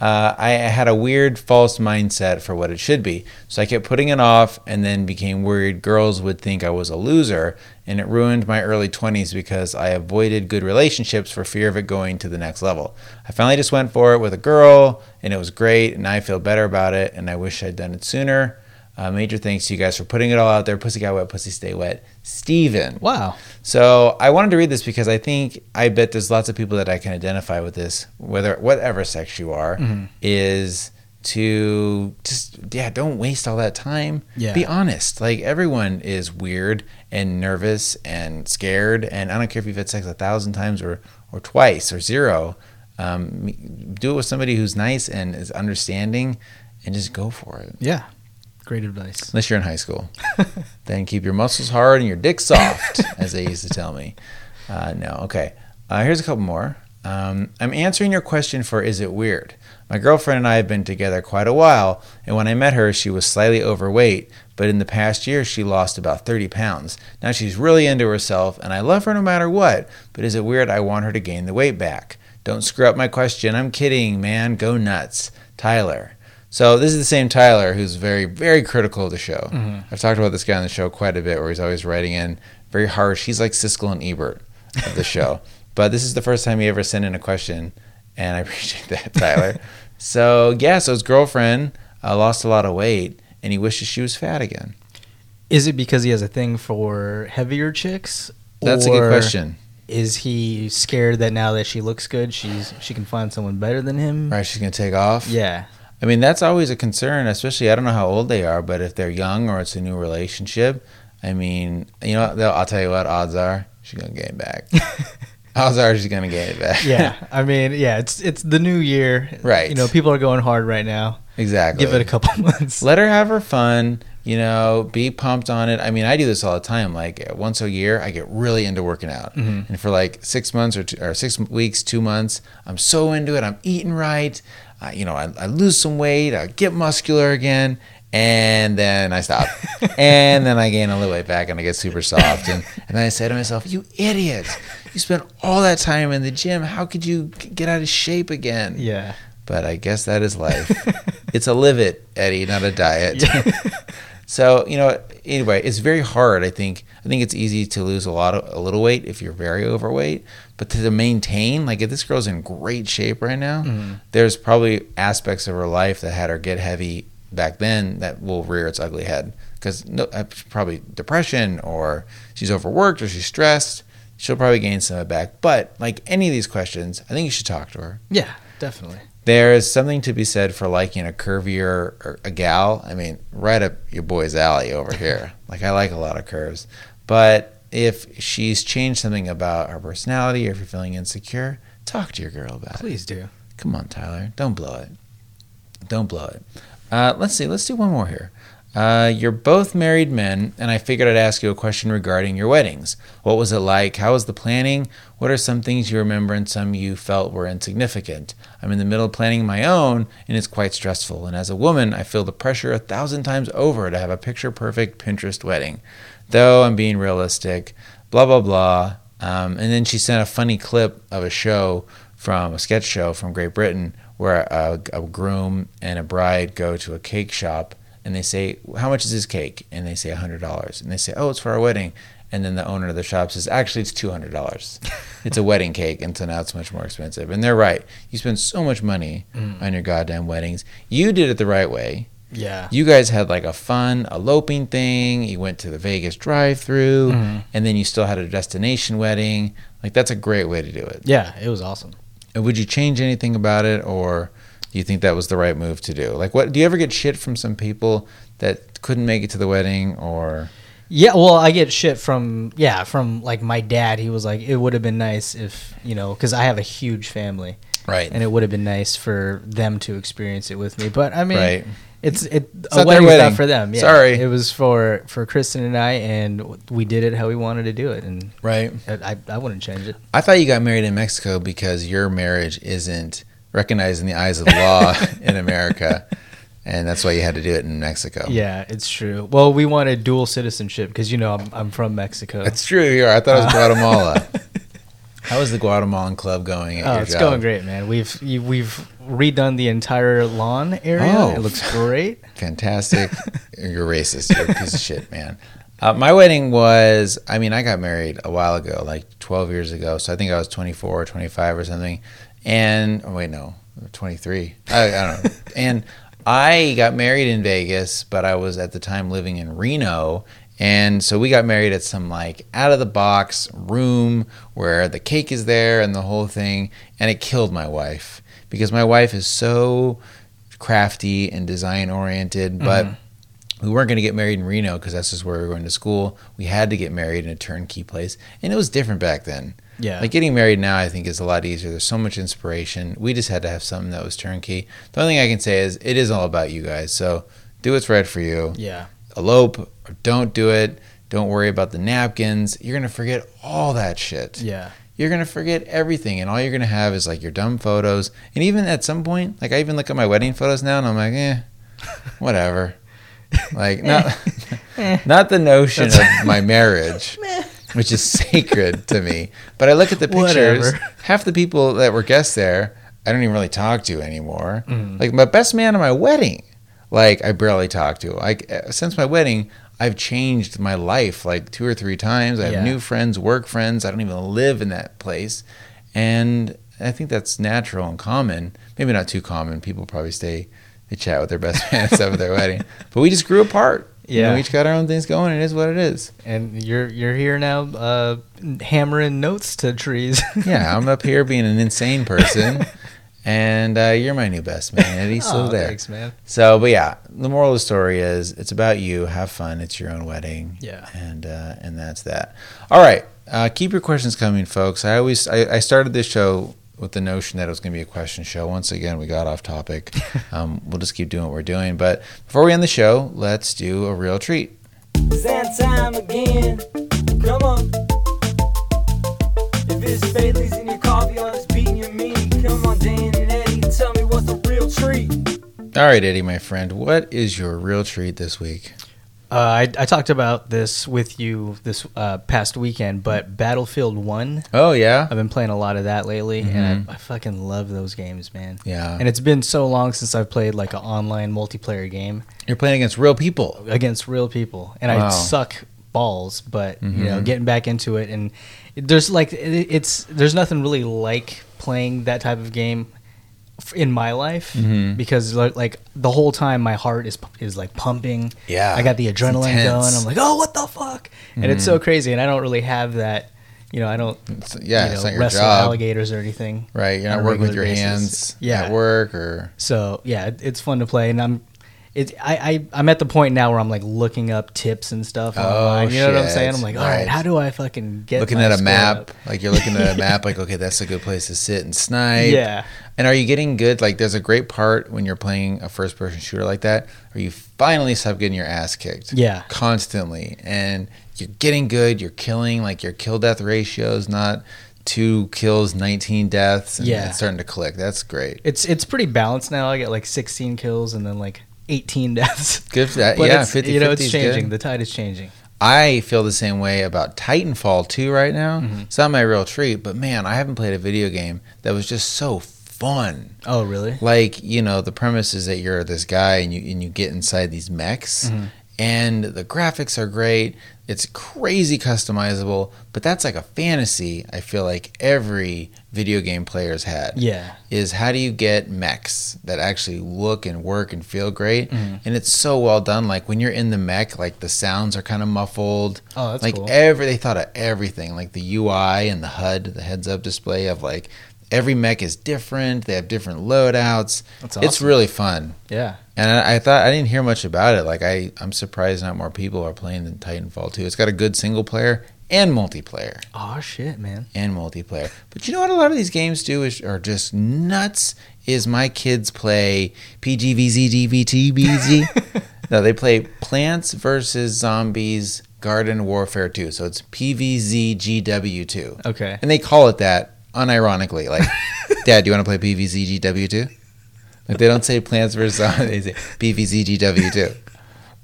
Speaker 1: Uh, I had a weird false mindset for what it should be, so I kept putting it off, and then became worried girls would think I was a loser, and it ruined my early twenties because I avoided good relationships for fear of it going to the next level. I finally just went for it with a girl, and it was great, and I feel better about it, and I wish I'd done it sooner. Uh, major thanks to you guys for putting it all out there. Pussy got wet, pussy stay wet. Steven.
Speaker 2: Wow.
Speaker 1: So I wanted to read this because I think I bet there's lots of people that I can identify with this, whether whatever sex you are, is to just yeah, don't waste all that time.
Speaker 2: Yeah.
Speaker 1: Be honest. Like everyone is weird and nervous and scared, and I don't care if you've had sex a thousand times or or twice or zero. Um, do it with somebody who's nice and is understanding, and just go for it.
Speaker 2: Yeah. Great advice.
Speaker 1: Unless you're in high school. then keep your muscles hard and your dick soft, as they used to tell me. Uh, no, okay. Uh, here's a couple more. Um, I'm answering your question for Is It Weird? My girlfriend and I have been together quite a while, and when I met her, she was slightly overweight, but in the past year, she lost about 30 pounds. Now she's really into herself, and I love her no matter what, but is it weird I want her to gain the weight back? Don't screw up my question. I'm kidding, man. Go nuts. Tyler. So this is the same Tyler who's very, very critical of the show. I've talked about this guy on the show quite a bit, where he's always writing in very harsh. He's like Siskel and Ebert of the show. but this is the first time he ever sent in a question, and I appreciate that, Tyler. so yeah, so his girlfriend uh, lost a lot of weight, and he wishes she was fat again.
Speaker 2: Is it because he has a thing for heavier chicks?
Speaker 1: That's a good
Speaker 2: Or
Speaker 1: question.
Speaker 2: Is he scared that now that she looks good, she's she can find someone better than him?
Speaker 1: Right, she's gonna take off.
Speaker 2: Yeah.
Speaker 1: I mean, that's always a concern, especially I don't know how old they are, but if they're young or it's a new relationship, I mean, you know, they'll- I'll tell you what, odds are she's gonna get it back. odds are she's gonna get it back.
Speaker 2: Yeah. I mean, yeah, it's it's the new year.
Speaker 1: Right.
Speaker 2: You know, people are going hard right now.
Speaker 1: exactly.
Speaker 2: Give it a couple months.
Speaker 1: Let her have her fun. You know, be pumped on it. I mean, I do this all the time. Like once a year, I get really into working out, and for like six months or, two, or six weeks, two months, I'm so into it. I'm eating right. I, you know, I, I lose some weight. I get muscular again, and then I stop, and then I gain a little weight back, and I get super soft. And, and then I say to myself, "You idiot! You spent all that time in the gym. How could you g- get out of shape again?"
Speaker 2: Yeah.
Speaker 1: but I guess that is life. it's a live it, Eddie, not a diet. so you know, anyway, it's very hard. I think I think it's easy to lose a lot of a little weight if you're very overweight, but to maintain, like if this girl's in great shape right now, there's probably aspects of her life that had her get heavy back then that will rear its ugly head because no, uh, probably depression or she's overworked or she's stressed. She'll probably gain some of it back. But like any of these questions, I think you should talk to her
Speaker 2: Yeah, definitely.
Speaker 1: there is something to be said for liking a curvier or a gal. I mean, right up your boy's alley over here. Like I like a lot of curves, but if she's changed something about her personality, or if you're feeling insecure, talk to your girl about it.
Speaker 2: Please do.
Speaker 1: Come on, Tyler. Don't blow it. Don't blow it. Uh, let's see. Let's do one more here. Uh, you're both married men, and I figured I'd ask you a question regarding your weddings. What was it like? How was the planning? What are some things you remember and some you felt were insignificant? I'm in the middle of planning my own, and it's quite stressful. And as a woman, I feel the pressure a thousand times over to have a picture perfect Pinterest wedding. Though I'm being realistic, blah, blah, blah. Um, and then she sent a funny clip of a show from a sketch show from Great Britain where a, a groom and a bride go to a cake shop and they say, How much is this cake? And they say $100. And they say, Oh, it's for our wedding. And then the owner of the shop says, Actually, it's $200. it's a wedding cake. And so now it's much more expensive. And they're right. You spend so much money on your goddamn weddings. You did it the right way.
Speaker 2: Yeah.
Speaker 1: You guys had like a fun eloping thing. You went to the Vegas drive through
Speaker 2: Mm.
Speaker 1: and then you still had a destination wedding. Like, that's a great way to do it.
Speaker 2: Yeah, it was awesome.
Speaker 1: And would you change anything about it or do you think that was the right move to do? Like, what do you ever get shit from some people that couldn't make it to the wedding or
Speaker 2: Yeah, well, I get shit from yeah, from like my dad. He was like, it would have been nice if you know, because I have a huge family,
Speaker 1: Right.
Speaker 2: and it would have been nice for them to experience it with me. But I mean,
Speaker 1: Right.
Speaker 2: it's it
Speaker 1: not their
Speaker 2: a wedding's
Speaker 1: wedding.
Speaker 2: not for them. Yeah.
Speaker 1: Sorry.
Speaker 2: it was for for Kristen and I, and we did it how we wanted to do it, and
Speaker 1: right.
Speaker 2: I I, I wouldn't change it.
Speaker 1: I thought you got married in Mexico because your marriage isn't recognized in the eyes of the law in America, and that's why you had to do it in Mexico.
Speaker 2: Yeah, it's true. Well, we wanted dual citizenship because you know I'm I'm from Mexico.
Speaker 1: that's true. Yeah, I thought it was Guatemala. Uh, How is the Guatemalan club going? At
Speaker 2: Oh,
Speaker 1: your
Speaker 2: it's
Speaker 1: job?
Speaker 2: going great, man. We've you- we've redone the entire lawn area.
Speaker 1: Oh.
Speaker 2: It looks great.
Speaker 1: fantastic. You're racist. You're a piece of shit, man. Uh, my wedding was, I mean, I got married a while ago, like 12 years ago. So I think I was 24 or 25 or something. And, oh, wait, no, 23. I, I don't know. and I got married in Vegas, but I was at the time living in Reno. And so we got married at some like out of the box room where the cake is there and the whole thing. And it killed my wife because my wife is so crafty and design oriented, but we weren't going to get married in Reno because that's just where we were going to school. We had to get married in a turnkey place, and it was different back then.
Speaker 2: Yeah.
Speaker 1: Like getting married now, I think is a lot easier. There's so much inspiration. We just had to have something that was turnkey. The only thing I can say is it is all about you guys. So do what's right for you.
Speaker 2: Yeah.
Speaker 1: Elope or don't do it. Don't worry about the napkins. You're going to forget all that shit
Speaker 2: Yeah.
Speaker 1: you're gonna forget everything and all you're gonna have is like your dumb photos and even at some point like i even look at my wedding photos now and i'm like eh whatever like not not the notion of my marriage which is sacred to me but i look at the pictures
Speaker 2: Whatever.
Speaker 1: half the people that were guests there i don't even really talk to anymore like my best man at my wedding like i barely talk to like eh, since my wedding i've changed my life like two or three times i have
Speaker 2: Yeah.
Speaker 1: new friends work friends i don't even live in that place and i think that's natural and common maybe not too common people probably stay they chat with their best man and stuff at their wedding but we just grew apart you know,
Speaker 2: Yeah.
Speaker 1: we each got our own things going it is what it is
Speaker 2: And you're you're here now, uh, hammering notes to trees.
Speaker 1: yeah i'm up here being an insane person and uh, you're my new best man eddie so
Speaker 2: Oh,
Speaker 1: there
Speaker 2: thanks, man.
Speaker 1: So, but yeah, the moral of the story is it's about you. Have fun. It's your own wedding.
Speaker 2: Yeah.
Speaker 1: and uh, and that's that. All right, uh, keep your questions coming, folks. I always I, I started this show with the notion that it was going to be a question show. Once again, we got off topic. um, we'll just keep doing what we're doing. But before we end the show, let's do a real treat.
Speaker 5: It's that time again. Come on. If it's Bailey's in your coffee or it's beating your meat, come on, Dan and Eddie, tell me what's the real treat.
Speaker 1: All right, Eddie, my friend, what is your real treat this week?
Speaker 2: Uh, I, I talked about this with you this uh, past weekend, but Battlefield One.
Speaker 1: Oh yeah,
Speaker 2: I've been playing a lot of that lately, and I, I fucking love those games, man.
Speaker 1: Mm-hmm. Yeah.
Speaker 2: And it's been so long since I've played like an online multiplayer game
Speaker 1: you're playing against real people.
Speaker 2: against real people, and
Speaker 1: Wow. Mm-hmm.
Speaker 2: I suck balls. But you know, getting back into it, and there's like it, it's there's nothing really like playing that type of game f- in my life
Speaker 1: Mm-hmm.
Speaker 2: because like, like the whole time my heart is pu- is like pumping.
Speaker 1: Yeah.
Speaker 2: I got the
Speaker 1: It's
Speaker 2: adrenaline
Speaker 1: intense. Mm-hmm.
Speaker 2: going. I'm like, oh, what the fuck, and it's so crazy. And I don't really have that. You know, I don't
Speaker 1: It's- yeah,
Speaker 2: you
Speaker 1: it's
Speaker 2: know,
Speaker 1: not your
Speaker 2: wrestle
Speaker 1: job,
Speaker 2: alligators or anything.
Speaker 1: right? You're
Speaker 2: on
Speaker 1: not
Speaker 2: a
Speaker 1: working with your
Speaker 2: regular basis.
Speaker 1: hands
Speaker 2: Yeah.
Speaker 1: at work or
Speaker 2: So yeah, it, it's fun to play, and I'm. It, I, I I'm at the point now where I'm like looking up tips and stuff online. you know what I'm
Speaker 1: Oh, shit.
Speaker 2: saying? I'm like, all right,
Speaker 1: Right.
Speaker 2: how do I fucking get
Speaker 1: looking
Speaker 2: my
Speaker 1: at a
Speaker 2: score
Speaker 1: map
Speaker 2: up?
Speaker 1: like you're looking at a map like okay that's a good place to sit and snipe
Speaker 2: Yeah.
Speaker 1: and are you getting good like there's a great part when you're playing a first person shooter like that where you finally stop getting your ass kicked
Speaker 2: Yeah.
Speaker 1: constantly and you're getting good you're killing like your kill death ratio is not two kills 19 deaths and
Speaker 2: Yeah.
Speaker 1: it's starting to click that's great
Speaker 2: It's it's pretty balanced now. I get like 16 kills and then like 18 deaths.
Speaker 1: good for that
Speaker 2: But
Speaker 1: Uh, yeah
Speaker 2: it's,
Speaker 1: 50
Speaker 2: you know,
Speaker 1: 50
Speaker 2: it's
Speaker 1: is good.
Speaker 2: changing. The tide is changing.
Speaker 1: I feel the same way about Titanfall 2 right now. It's not my real treat, but man, I haven't played a video game that was just so fun.
Speaker 2: Oh really?
Speaker 1: Like, you know, the premise is that you're this guy and you and you get inside these mechs and the graphics are great. It's crazy customizable, but that's like a fantasy I feel like every video game player's had
Speaker 2: Yeah.
Speaker 1: is how do you get mechs that actually look and work and feel great and it's so well done like when you're in the mech like the sounds are kind of muffled
Speaker 2: Oh, that's
Speaker 1: like eh,
Speaker 2: cool.
Speaker 1: every they thought of everything like the ui and the hud the heads up display of like every mech is different. They have different loadouts.
Speaker 2: That's
Speaker 1: It's
Speaker 2: awesome.
Speaker 1: really fun.
Speaker 2: Yeah.
Speaker 1: And I, I thought I didn't hear much about it. Like I, I'm surprised not more people are playing than Titanfall 2. It's got a good single player and multiplayer
Speaker 2: Oh shit, man.
Speaker 1: and multiplayer. But you know what? A lot of these games do is are just nuts. Is my kids play PGVZDVTBZ? no, they play Plants vs Zombies Garden Warfare 2. So it's PVZGW2,
Speaker 2: Okay.
Speaker 1: and they call it that unironically. Like, Dad, do you want to play PVZGW2? Like they don't say Plants vs Zombies, they say PVZGW2.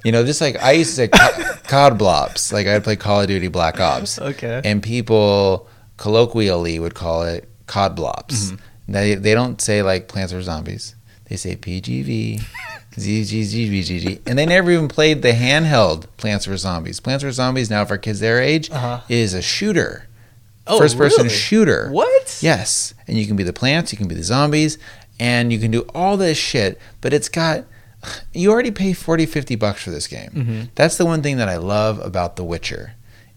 Speaker 1: You know, just like I used to say co- COD Blops. Like I'd play Call of Duty Black Ops
Speaker 2: Okay.
Speaker 1: and people colloquially would call it cod blops.
Speaker 2: Mm-hmm.
Speaker 1: They they don't say like Plants vs Zombies. They say PGV, ZGZVGG, and they never even played the handheld Plants vs Zombies. Plants vs Zombies now for kids their age
Speaker 2: Uh-huh.
Speaker 1: is a shooter,
Speaker 2: Oh,
Speaker 1: first person
Speaker 2: really?
Speaker 1: shooter.
Speaker 2: What?
Speaker 1: Yes, and you can be the plants, you can be the zombies, and you can do all this shit. But it's got you already pay 40 50 bucks for this game. That's the one thing that I love about The Witcher.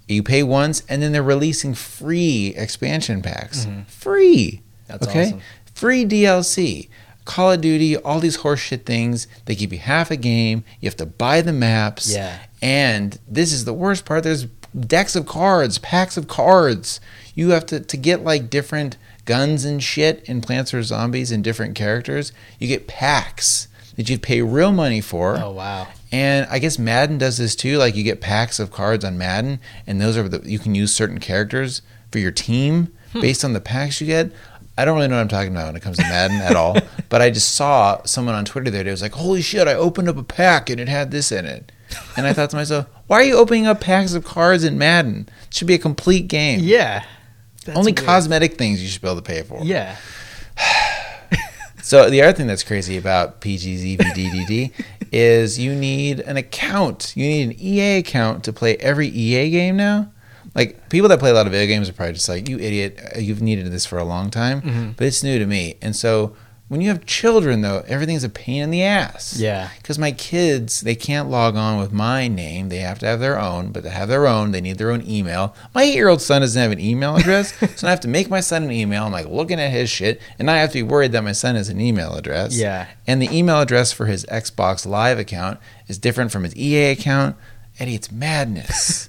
Speaker 1: You pay once and then they're releasing free expansion packs. Free.
Speaker 2: That's awesome.
Speaker 1: Free DLC. Call of Duty, all these horseshit things. They give you half a game. You have to buy the maps.
Speaker 2: Yeah.
Speaker 1: And this is the worst part. There's decks of cards, packs of cards. You have to, to get like different guns and shit in Plants vs. Zombies and different characters. You get packs that you pay real money for.
Speaker 2: Oh wow.
Speaker 1: And I guess Madden does this too. Like you get packs of cards on Madden, and those are the you can use certain characters for your team
Speaker 2: Hmm.
Speaker 1: based on the packs you get. I don't really know what I'm talking about when it comes to Madden at all, but I just saw someone on Twitter the other day was like, "Holy shit! I opened up a pack and it had this in it," and I thought to myself, "Why are you opening up packs of cards in Madden? It should be a complete game.
Speaker 2: Yeah. That's
Speaker 1: Only
Speaker 2: weird.
Speaker 1: cosmetic things you should be able to pay for."
Speaker 2: Yeah.
Speaker 1: So the other thing that's crazy about E PGZVDDD is you need an account. You need an EA account to play every EA game now. Like people that play a lot of video games are probably just like, "You idiot! You've needed this for a long time." But it's new to me, and so when you have children, though, everything's a pain in the ass.
Speaker 2: Yeah.
Speaker 1: Because my kids, they can't log on with my name. They have to have their own, but to have their own, they need their own email. My eight year old son doesn't have an email address, so I have to make my son an email. I'm like looking at his shit, and I have to be worried that my son has an email address.
Speaker 2: Yeah.
Speaker 1: And the email address for his Xbox Live account is different from his EA account. Eddie, it's madness.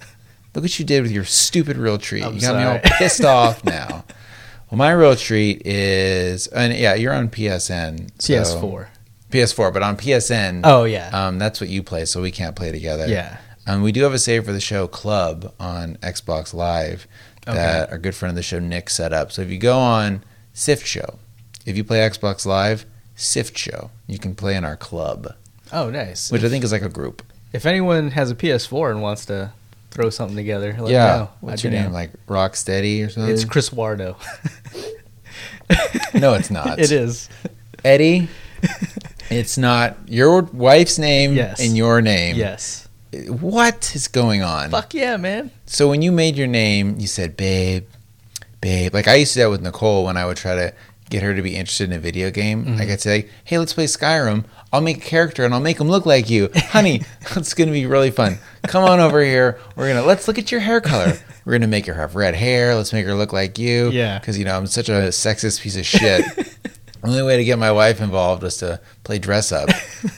Speaker 1: Look what you did with your stupid real treat.
Speaker 2: I'm
Speaker 1: you got me
Speaker 2: sorry.
Speaker 1: all pissed off now. Well, my real treat is, and yeah, you're on PSN. so-
Speaker 2: PS4.
Speaker 1: PS4, but on PSN.
Speaker 2: Oh, yeah.
Speaker 1: Um, that's what you play, so we can't play together.
Speaker 2: Yeah.
Speaker 1: Um, we do have a save for the show club on Xbox Live that our good friend of the show Nick set up. So if you go on Sift Show, if you play Xbox Live, Sift Show, you can play in our club,
Speaker 2: Oh, nice.
Speaker 1: which I think is like a group.
Speaker 2: if anyone has a PS4 and wants to throw something together, let me know.
Speaker 1: What's
Speaker 2: I'd
Speaker 1: your
Speaker 2: be
Speaker 1: name?
Speaker 2: down.
Speaker 1: Like Rocksteady or something?
Speaker 2: It's Chris Wardo.
Speaker 1: no, it's not.
Speaker 2: it is.
Speaker 1: Eddie. It's not your wife's name
Speaker 2: Yes.
Speaker 1: and your name.
Speaker 2: Yes.
Speaker 1: What is going on?
Speaker 2: Fuck yeah, man.
Speaker 1: So when you made your name, you said, "Babe, babe." Like I used to do that with Nicole when I would try to get her to be interested in a video game.
Speaker 2: Mm-hmm.
Speaker 1: Like I'd say, "Hey, let's play Skyrim. I'll make a character and I'll make him look like you, honey. it's gonna be really fun. Come on over here. We're gonna let's look at your hair color. We're gonna make her have red hair. Let's make her look like you.
Speaker 2: Yeah.
Speaker 1: because you know I'm such a sexist piece of shit." Only way to get my wife involved was to play dress up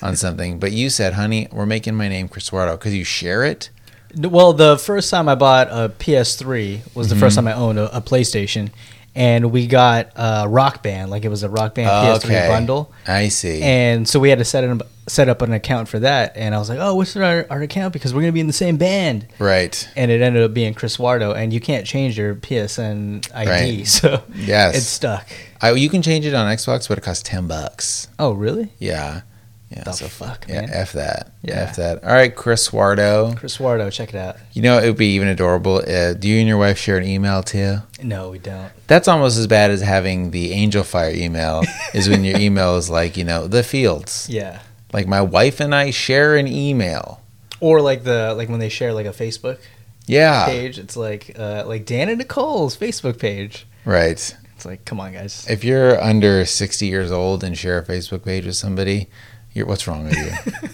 Speaker 1: on something. But you said, honey, we're making my name Chris because you share it.
Speaker 2: N- Well, the first time I bought a PS3 was the first
Speaker 1: Mm-hmm.
Speaker 2: time I owned a, a PlayStation, and we got uh, Rock Band, like it was a Rock Band PS3
Speaker 1: Okay.
Speaker 2: bundle,
Speaker 1: I see.
Speaker 2: and so we had to set it up, set up an account for that. And I was like, "Oh, what's our, our account? Because we're gonna be in the same band."
Speaker 1: Right.
Speaker 2: And it ended up being Chris Wardo, and you can't change your PSN ID,
Speaker 1: Right.
Speaker 2: so
Speaker 1: Yes.
Speaker 2: it's stuck.
Speaker 1: I, you can change it on Xbox, but it costs ten bucks.
Speaker 2: Oh, really?
Speaker 1: Yeah. Yeah.
Speaker 2: The fuck,
Speaker 1: yeah,
Speaker 2: man.
Speaker 1: F that.
Speaker 2: Yeah.
Speaker 1: F that. All right, Chris Wardo.
Speaker 2: Chris Wardo, check it out.
Speaker 1: You know it would be even adorable. Uh, do you and your wife share an email too?
Speaker 2: No, we don't.
Speaker 1: That's almost as bad as having the Angel Fire email. is when your email is like you know the fields.
Speaker 2: Yeah.
Speaker 1: Like my wife and I share an email.
Speaker 2: Or like the like when they share like a Facebook
Speaker 1: Yeah.
Speaker 2: page, it's like uh, like Dan and Nicole's Facebook page.
Speaker 1: Right.
Speaker 2: It's like, come on, guys.
Speaker 1: If you're under sixty years old and share a Facebook page with somebody. You're, what's wrong with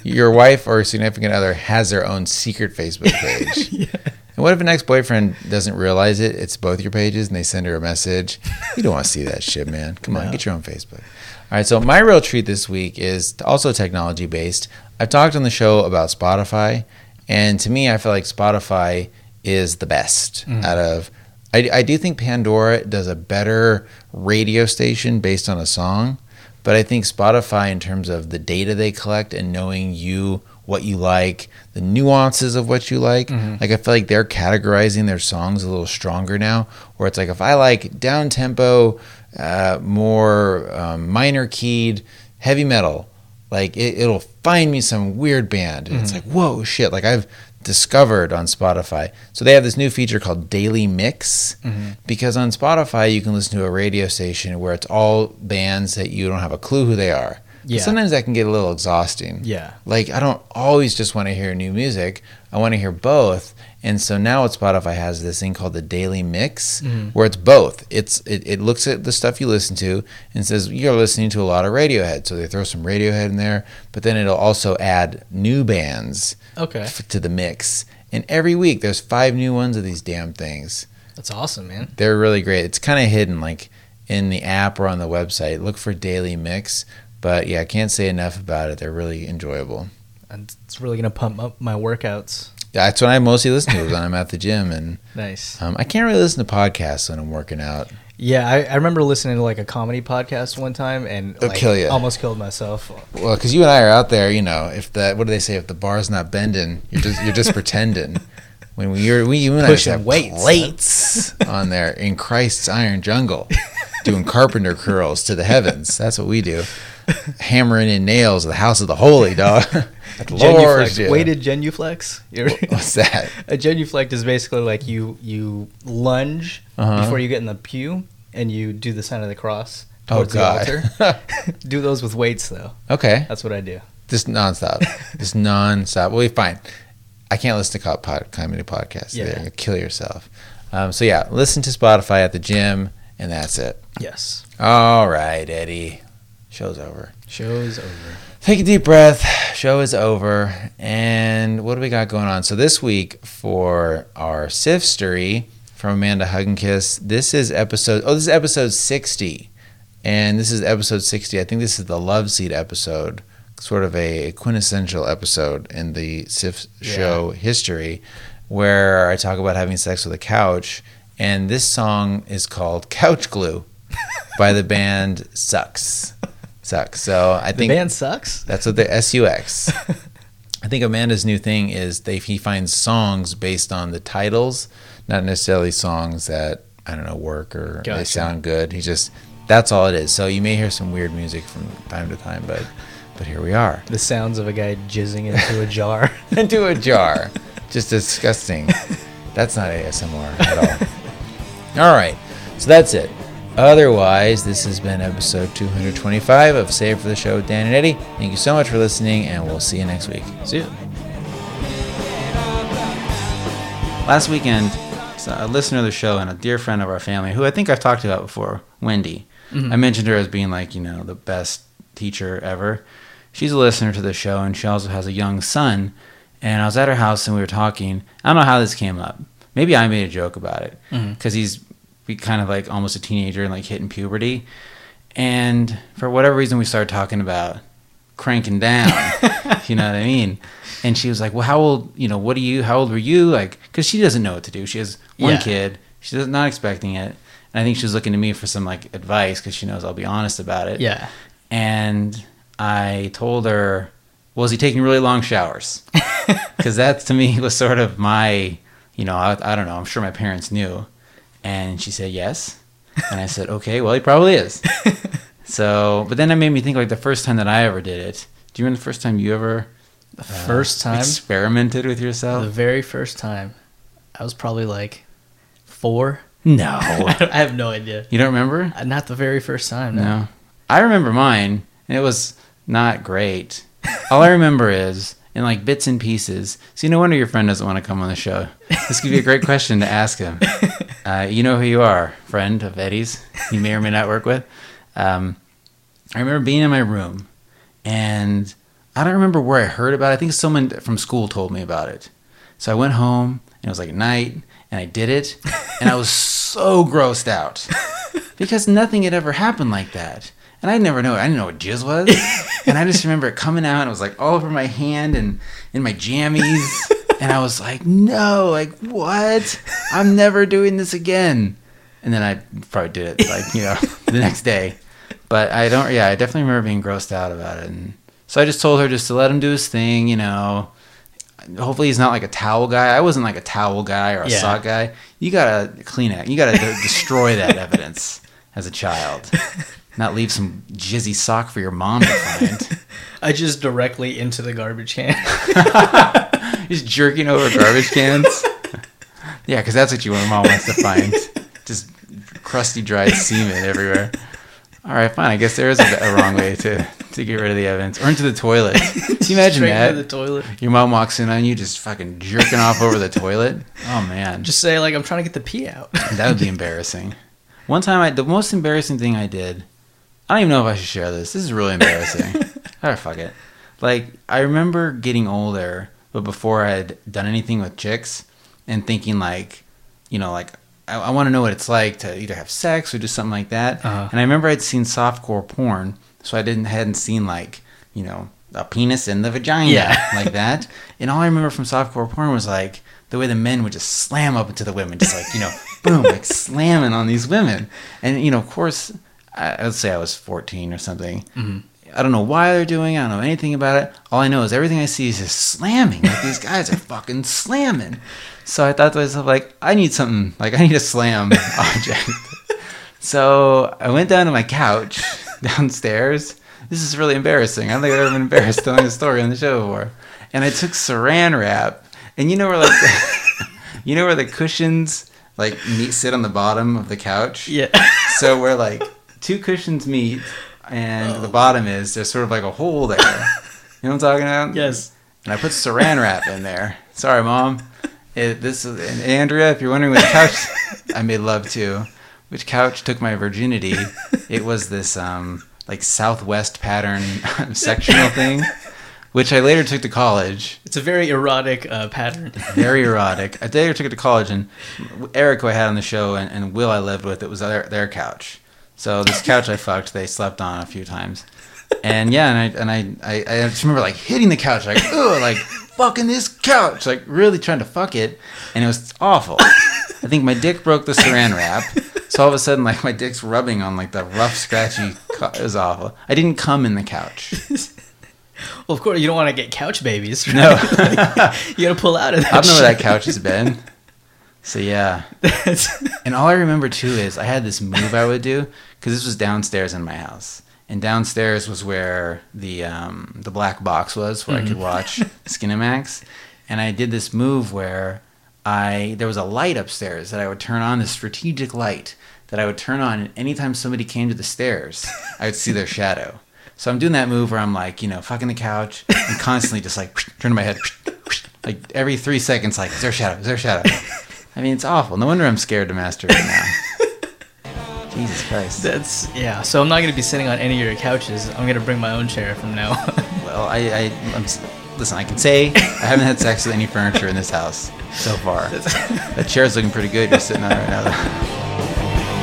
Speaker 1: you? Your wife or significant other has their own secret Facebook page. And what if an ex boyfriend doesn't realize it? It's both your pages and they send her a message. You don't want to see that shit, man. Come on, get your own Facebook. All right, so my real treat this week is also technology based. I've talked on the show about Spotify, and to me, I feel like Spotify is the best out of. I, I do think Pandora does a better radio station based on a song, but I think Spotify, in terms of the data they collect and knowing you, what you like, the nuances of what you like, like I feel like they're categorizing their songs a little stronger now, where it's like if I like down tempo, uh, more um, minor keyed heavy metal, like it, it'll find me some weird band. And It's like, whoa, shit. Like I've discovered on Spotify. So they have this new feature called Daily Mix because on Spotify you can listen to a radio station where it's all bands that you don't have a clue who they are. But
Speaker 2: Yeah.
Speaker 1: sometimes that can get a little exhausting.
Speaker 2: Yeah.
Speaker 1: Like I don't always just want to hear new music. I want to hear both. And so now what Spotify has this thing called the daily mix where it's both. It's it, it looks at the stuff you listen to and says you're listening to a lot of Radiohead. So they throw some Radiohead in there, but then it'll also add new bands
Speaker 2: Okay.
Speaker 1: f- to the mix. And every week there's five new ones of these damn things.
Speaker 2: That's awesome, man.
Speaker 1: They're really great. It's kind of hidden, like in the app or on the website. Look for Daily Mix. But yeah, I can't say enough about it. They're really enjoyable.
Speaker 2: And It's really gonna pump up my workouts.
Speaker 1: That's what I mostly listen to is when I'm at the gym, and
Speaker 2: Nice.
Speaker 1: um, I can't really listen to podcasts when I'm working out.
Speaker 2: Yeah, I, I remember listening to like a comedy podcast one time and
Speaker 1: They'll
Speaker 2: like,
Speaker 1: kill ya.
Speaker 2: almost killed myself.
Speaker 1: Well, because you and I are out there, you know. If the what do they say? If the bar's not bending, you're just you're just pretending. When we you're we you and I used to
Speaker 2: Pushing
Speaker 1: have
Speaker 2: weights.
Speaker 1: plates on there in Christ's iron jungle, doing carpenter curls to the heavens. That's what we do. Hammering in nails, the house of the holy dog.
Speaker 2: Genuflex.
Speaker 1: yeah. uh,
Speaker 2: Weighted genuflex. You ever-
Speaker 1: What's that?
Speaker 2: a genuflect is basically like you you lunge
Speaker 1: Uh-huh.
Speaker 2: before you get in the pew and you do the sign of the cross
Speaker 1: Oh
Speaker 2: towards
Speaker 1: God.
Speaker 2: the altar. do those with weights though.
Speaker 1: okay,
Speaker 2: That's what I do.
Speaker 1: just nonstop, just nonstop. Well, you're fine. I can't listen to cop pod, comedy podcasts. Yeah.
Speaker 2: Yeah.
Speaker 1: You're gonna kill yourself. Um, so yeah, listen to Spotify at the gym, and that's it.
Speaker 2: Yes.
Speaker 1: All right, Eddie. Show's over.
Speaker 2: Show's over.
Speaker 1: Take a deep breath. Show is over. And what do we got going on? So this week for our Sifstery from Amanda Hugginkiss, this is episode oh, this is episode sixty. And this is episode sixty. I think this is the Love Seat episode, sort of a quintessential episode in the Sif show history, where I talk about having sex with a couch. And this song is called Couch Glue by the band Sucks. Sucks. So I
Speaker 2: The
Speaker 1: think
Speaker 2: band sucks.
Speaker 1: that's what the SUX. I think Amanda's new thing is they he finds songs based on the titles, not necessarily songs that I don't know work or they
Speaker 2: Gotcha.
Speaker 1: sound good. He just that's all it is. So you may hear some weird music from time to time, but but here we are
Speaker 2: The sounds of a guy jizzing into a jar.
Speaker 1: into a jar, just disgusting. That's not ASMR at all. All right, so that's it. Otherwise, this has been episode 225 of Save for the Show with Dan and Eddie. Thank you so much for listening, and we'll see you next week.
Speaker 2: See ya.
Speaker 1: Last weekend, so a listener of the show and a dear friend of our family, who I think I've talked about before, Wendy, I mentioned her as being like, you know, the best teacher ever. She's a listener to the show and she also has a young son. And I was at her house and we were talking. I don't know how this came up. Maybe I made a joke about it because he's be kind of like almost a teenager and like hitting puberty. And for whatever reason, we started talking about cranking down. you know what I mean? And she was like, "Well, how old? You know, what are you? How old were you? Like, because she doesn't know what to do. She has one
Speaker 2: Yeah.
Speaker 1: kid. She's not expecting it. And I think she was looking to me for some like advice because she knows I'll be honest about it.
Speaker 2: Yeah.
Speaker 1: And I told her, "Well, is he taking really long showers? Because that to me was sort of my, you know, I, I don't know. I'm sure my parents knew. And she said yes. And I said, "Okay, well, he probably is." So, but then it made me think like the first time that I ever did it. Do you remember the first time you ever
Speaker 2: The first time,
Speaker 1: experimented with
Speaker 2: the
Speaker 1: yourself?
Speaker 2: very first time, I was probably like four.
Speaker 1: No,
Speaker 2: I have no idea.
Speaker 1: you don't remember?
Speaker 2: Uh, Not the very first time. No.
Speaker 1: No, I remember mine, and it was not great. All I remember is in like bits and pieces. So no wonder your friend doesn't want to come on the show. This could be a great question to ask him. Uh, you know who you are, friend of Eddie's. You may or may not work with. Um, I remember being in my room, and I don't remember where I heard about it. I think someone from school told me about it. So I went home
Speaker 6: it was like night, and I did it, and I was so grossed out because nothing had ever happened like that. And I never know. I didn't know what jizz was, and I just remember it coming out. And it was like all over my hand and in my jammies, and I was like, "No, like what? I'm never doing this again." And then I probably did it like you know the next day, but I don't. Yeah, I definitely remember being grossed out about it. And so I just told her just to let him do his thing. You know, hopefully he's not like a towel guy. I wasn't like a towel guy or a
Speaker 2: Yeah.
Speaker 6: sock guy. You gotta clean it. You gotta de- destroy that evidence as a child. Not leave some jizzy sock for your mom to find.
Speaker 2: I just directly into the garbage can.
Speaker 6: Just jerking over garbage cans. yeah, because that's what your mom wants to find. Just crusty, dried semen everywhere. All right, fine. I guess there is a, a wrong way to, to get rid of the evidence, or into the toilet. Can you imagine
Speaker 2: Straight
Speaker 6: that?
Speaker 2: into the toilet.
Speaker 6: Your mom walks in on you, just fucking jerking off over the toilet. Oh man,
Speaker 2: Just say like I'm trying to get the pee out.
Speaker 6: that would be embarrassing. One time, I the most embarrassing thing I did. I don't even know if I should share this. This is really embarrassing. oh fuck it. Like I remember getting older, but before I had done anything with chicks, and thinking like, you know, like I, I want to know what it's like to either have sex or do something like that.
Speaker 2: Uh-huh.
Speaker 6: And I remember I'd seen softcore porn, so I didn't hadn't seen like you know a penis in the vagina
Speaker 2: Yeah.
Speaker 6: like that. And all I remember from softcore porn was like the way the men would just slam up into the women, just like you know, boom, like slamming on these women. And you know, of course, I, I would say I was fourteen or something. I don't know why they're doing. it. I don't know anything about it. All I know is everything I see is just slamming. Like these guys are fucking slamming. So I thought to myself, like, I need something. Like I need a slam object. So I went down to my couch downstairs. This is really embarrassing. I don't think I've ever been embarrassed telling a story on the show before. And I took saran wrap, and you know where like, the, you know where the cushions like meet sit on the bottom of the couch.
Speaker 2: Yeah.
Speaker 6: So where like two cushions meet, and
Speaker 2: Oh.
Speaker 6: the bottom is there's sort of like a hole there. You know what I'm talking about?
Speaker 2: Yes.
Speaker 6: and I put saran wrap in there. Sorry, mom. It, this is and Andrea. If you're wondering which couch I made love to, which couch took my virginity, it was this um like Southwest pattern sectional thing, which I later took to college.
Speaker 2: It's a very erotic uh, pattern.
Speaker 6: Very erotic. I later took it to college, and Eric, who I had on the show, and, and Will, I lived with, it was their, their couch. So this couch I fucked, they slept on a few times, and yeah, and I and I, I, I just remember like hitting the couch, like ugh, like fucking this couch, like really trying to fuck it, and it was awful. I think my dick broke the saran wrap, so all of a sudden like my dick's rubbing on like the rough, scratchy. Co- it was awful. I didn't come in the couch.
Speaker 2: Well, of course you don't want to get couch babies.
Speaker 6: No,
Speaker 2: right?
Speaker 6: I
Speaker 2: you gotta pull out of that.
Speaker 6: don't know where that
Speaker 2: shit.
Speaker 6: couch has been. So yeah.
Speaker 2: That's-
Speaker 6: And all I remember too is I had this move I would do because this was downstairs in my house, and downstairs was where the um, the black box was where I could watch Skinemax, and I did this move where I there was a light upstairs that I would turn on this strategic light that I would turn on, and anytime somebody came to the stairs, I would see their shadow. So I'm doing that move where I'm like, you know, fucking the couch and constantly just like turning my head, like every three seconds, like, is there a shadow? Is there a shadow? I mean, it's awful. No wonder I'm scared to masturbate now. Jesus Christ.
Speaker 2: that's yeah. So I'm not gonna be sitting on any of your couches. I'm gonna bring my own chair from now. on.
Speaker 6: well, I, I I'm, s- listen. I can say I haven't had sex with any furniture in this house so far. that chair's looking pretty good. You're sitting on right now. though.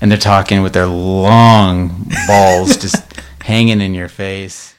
Speaker 1: and they're talking with their long balls just hanging in your face.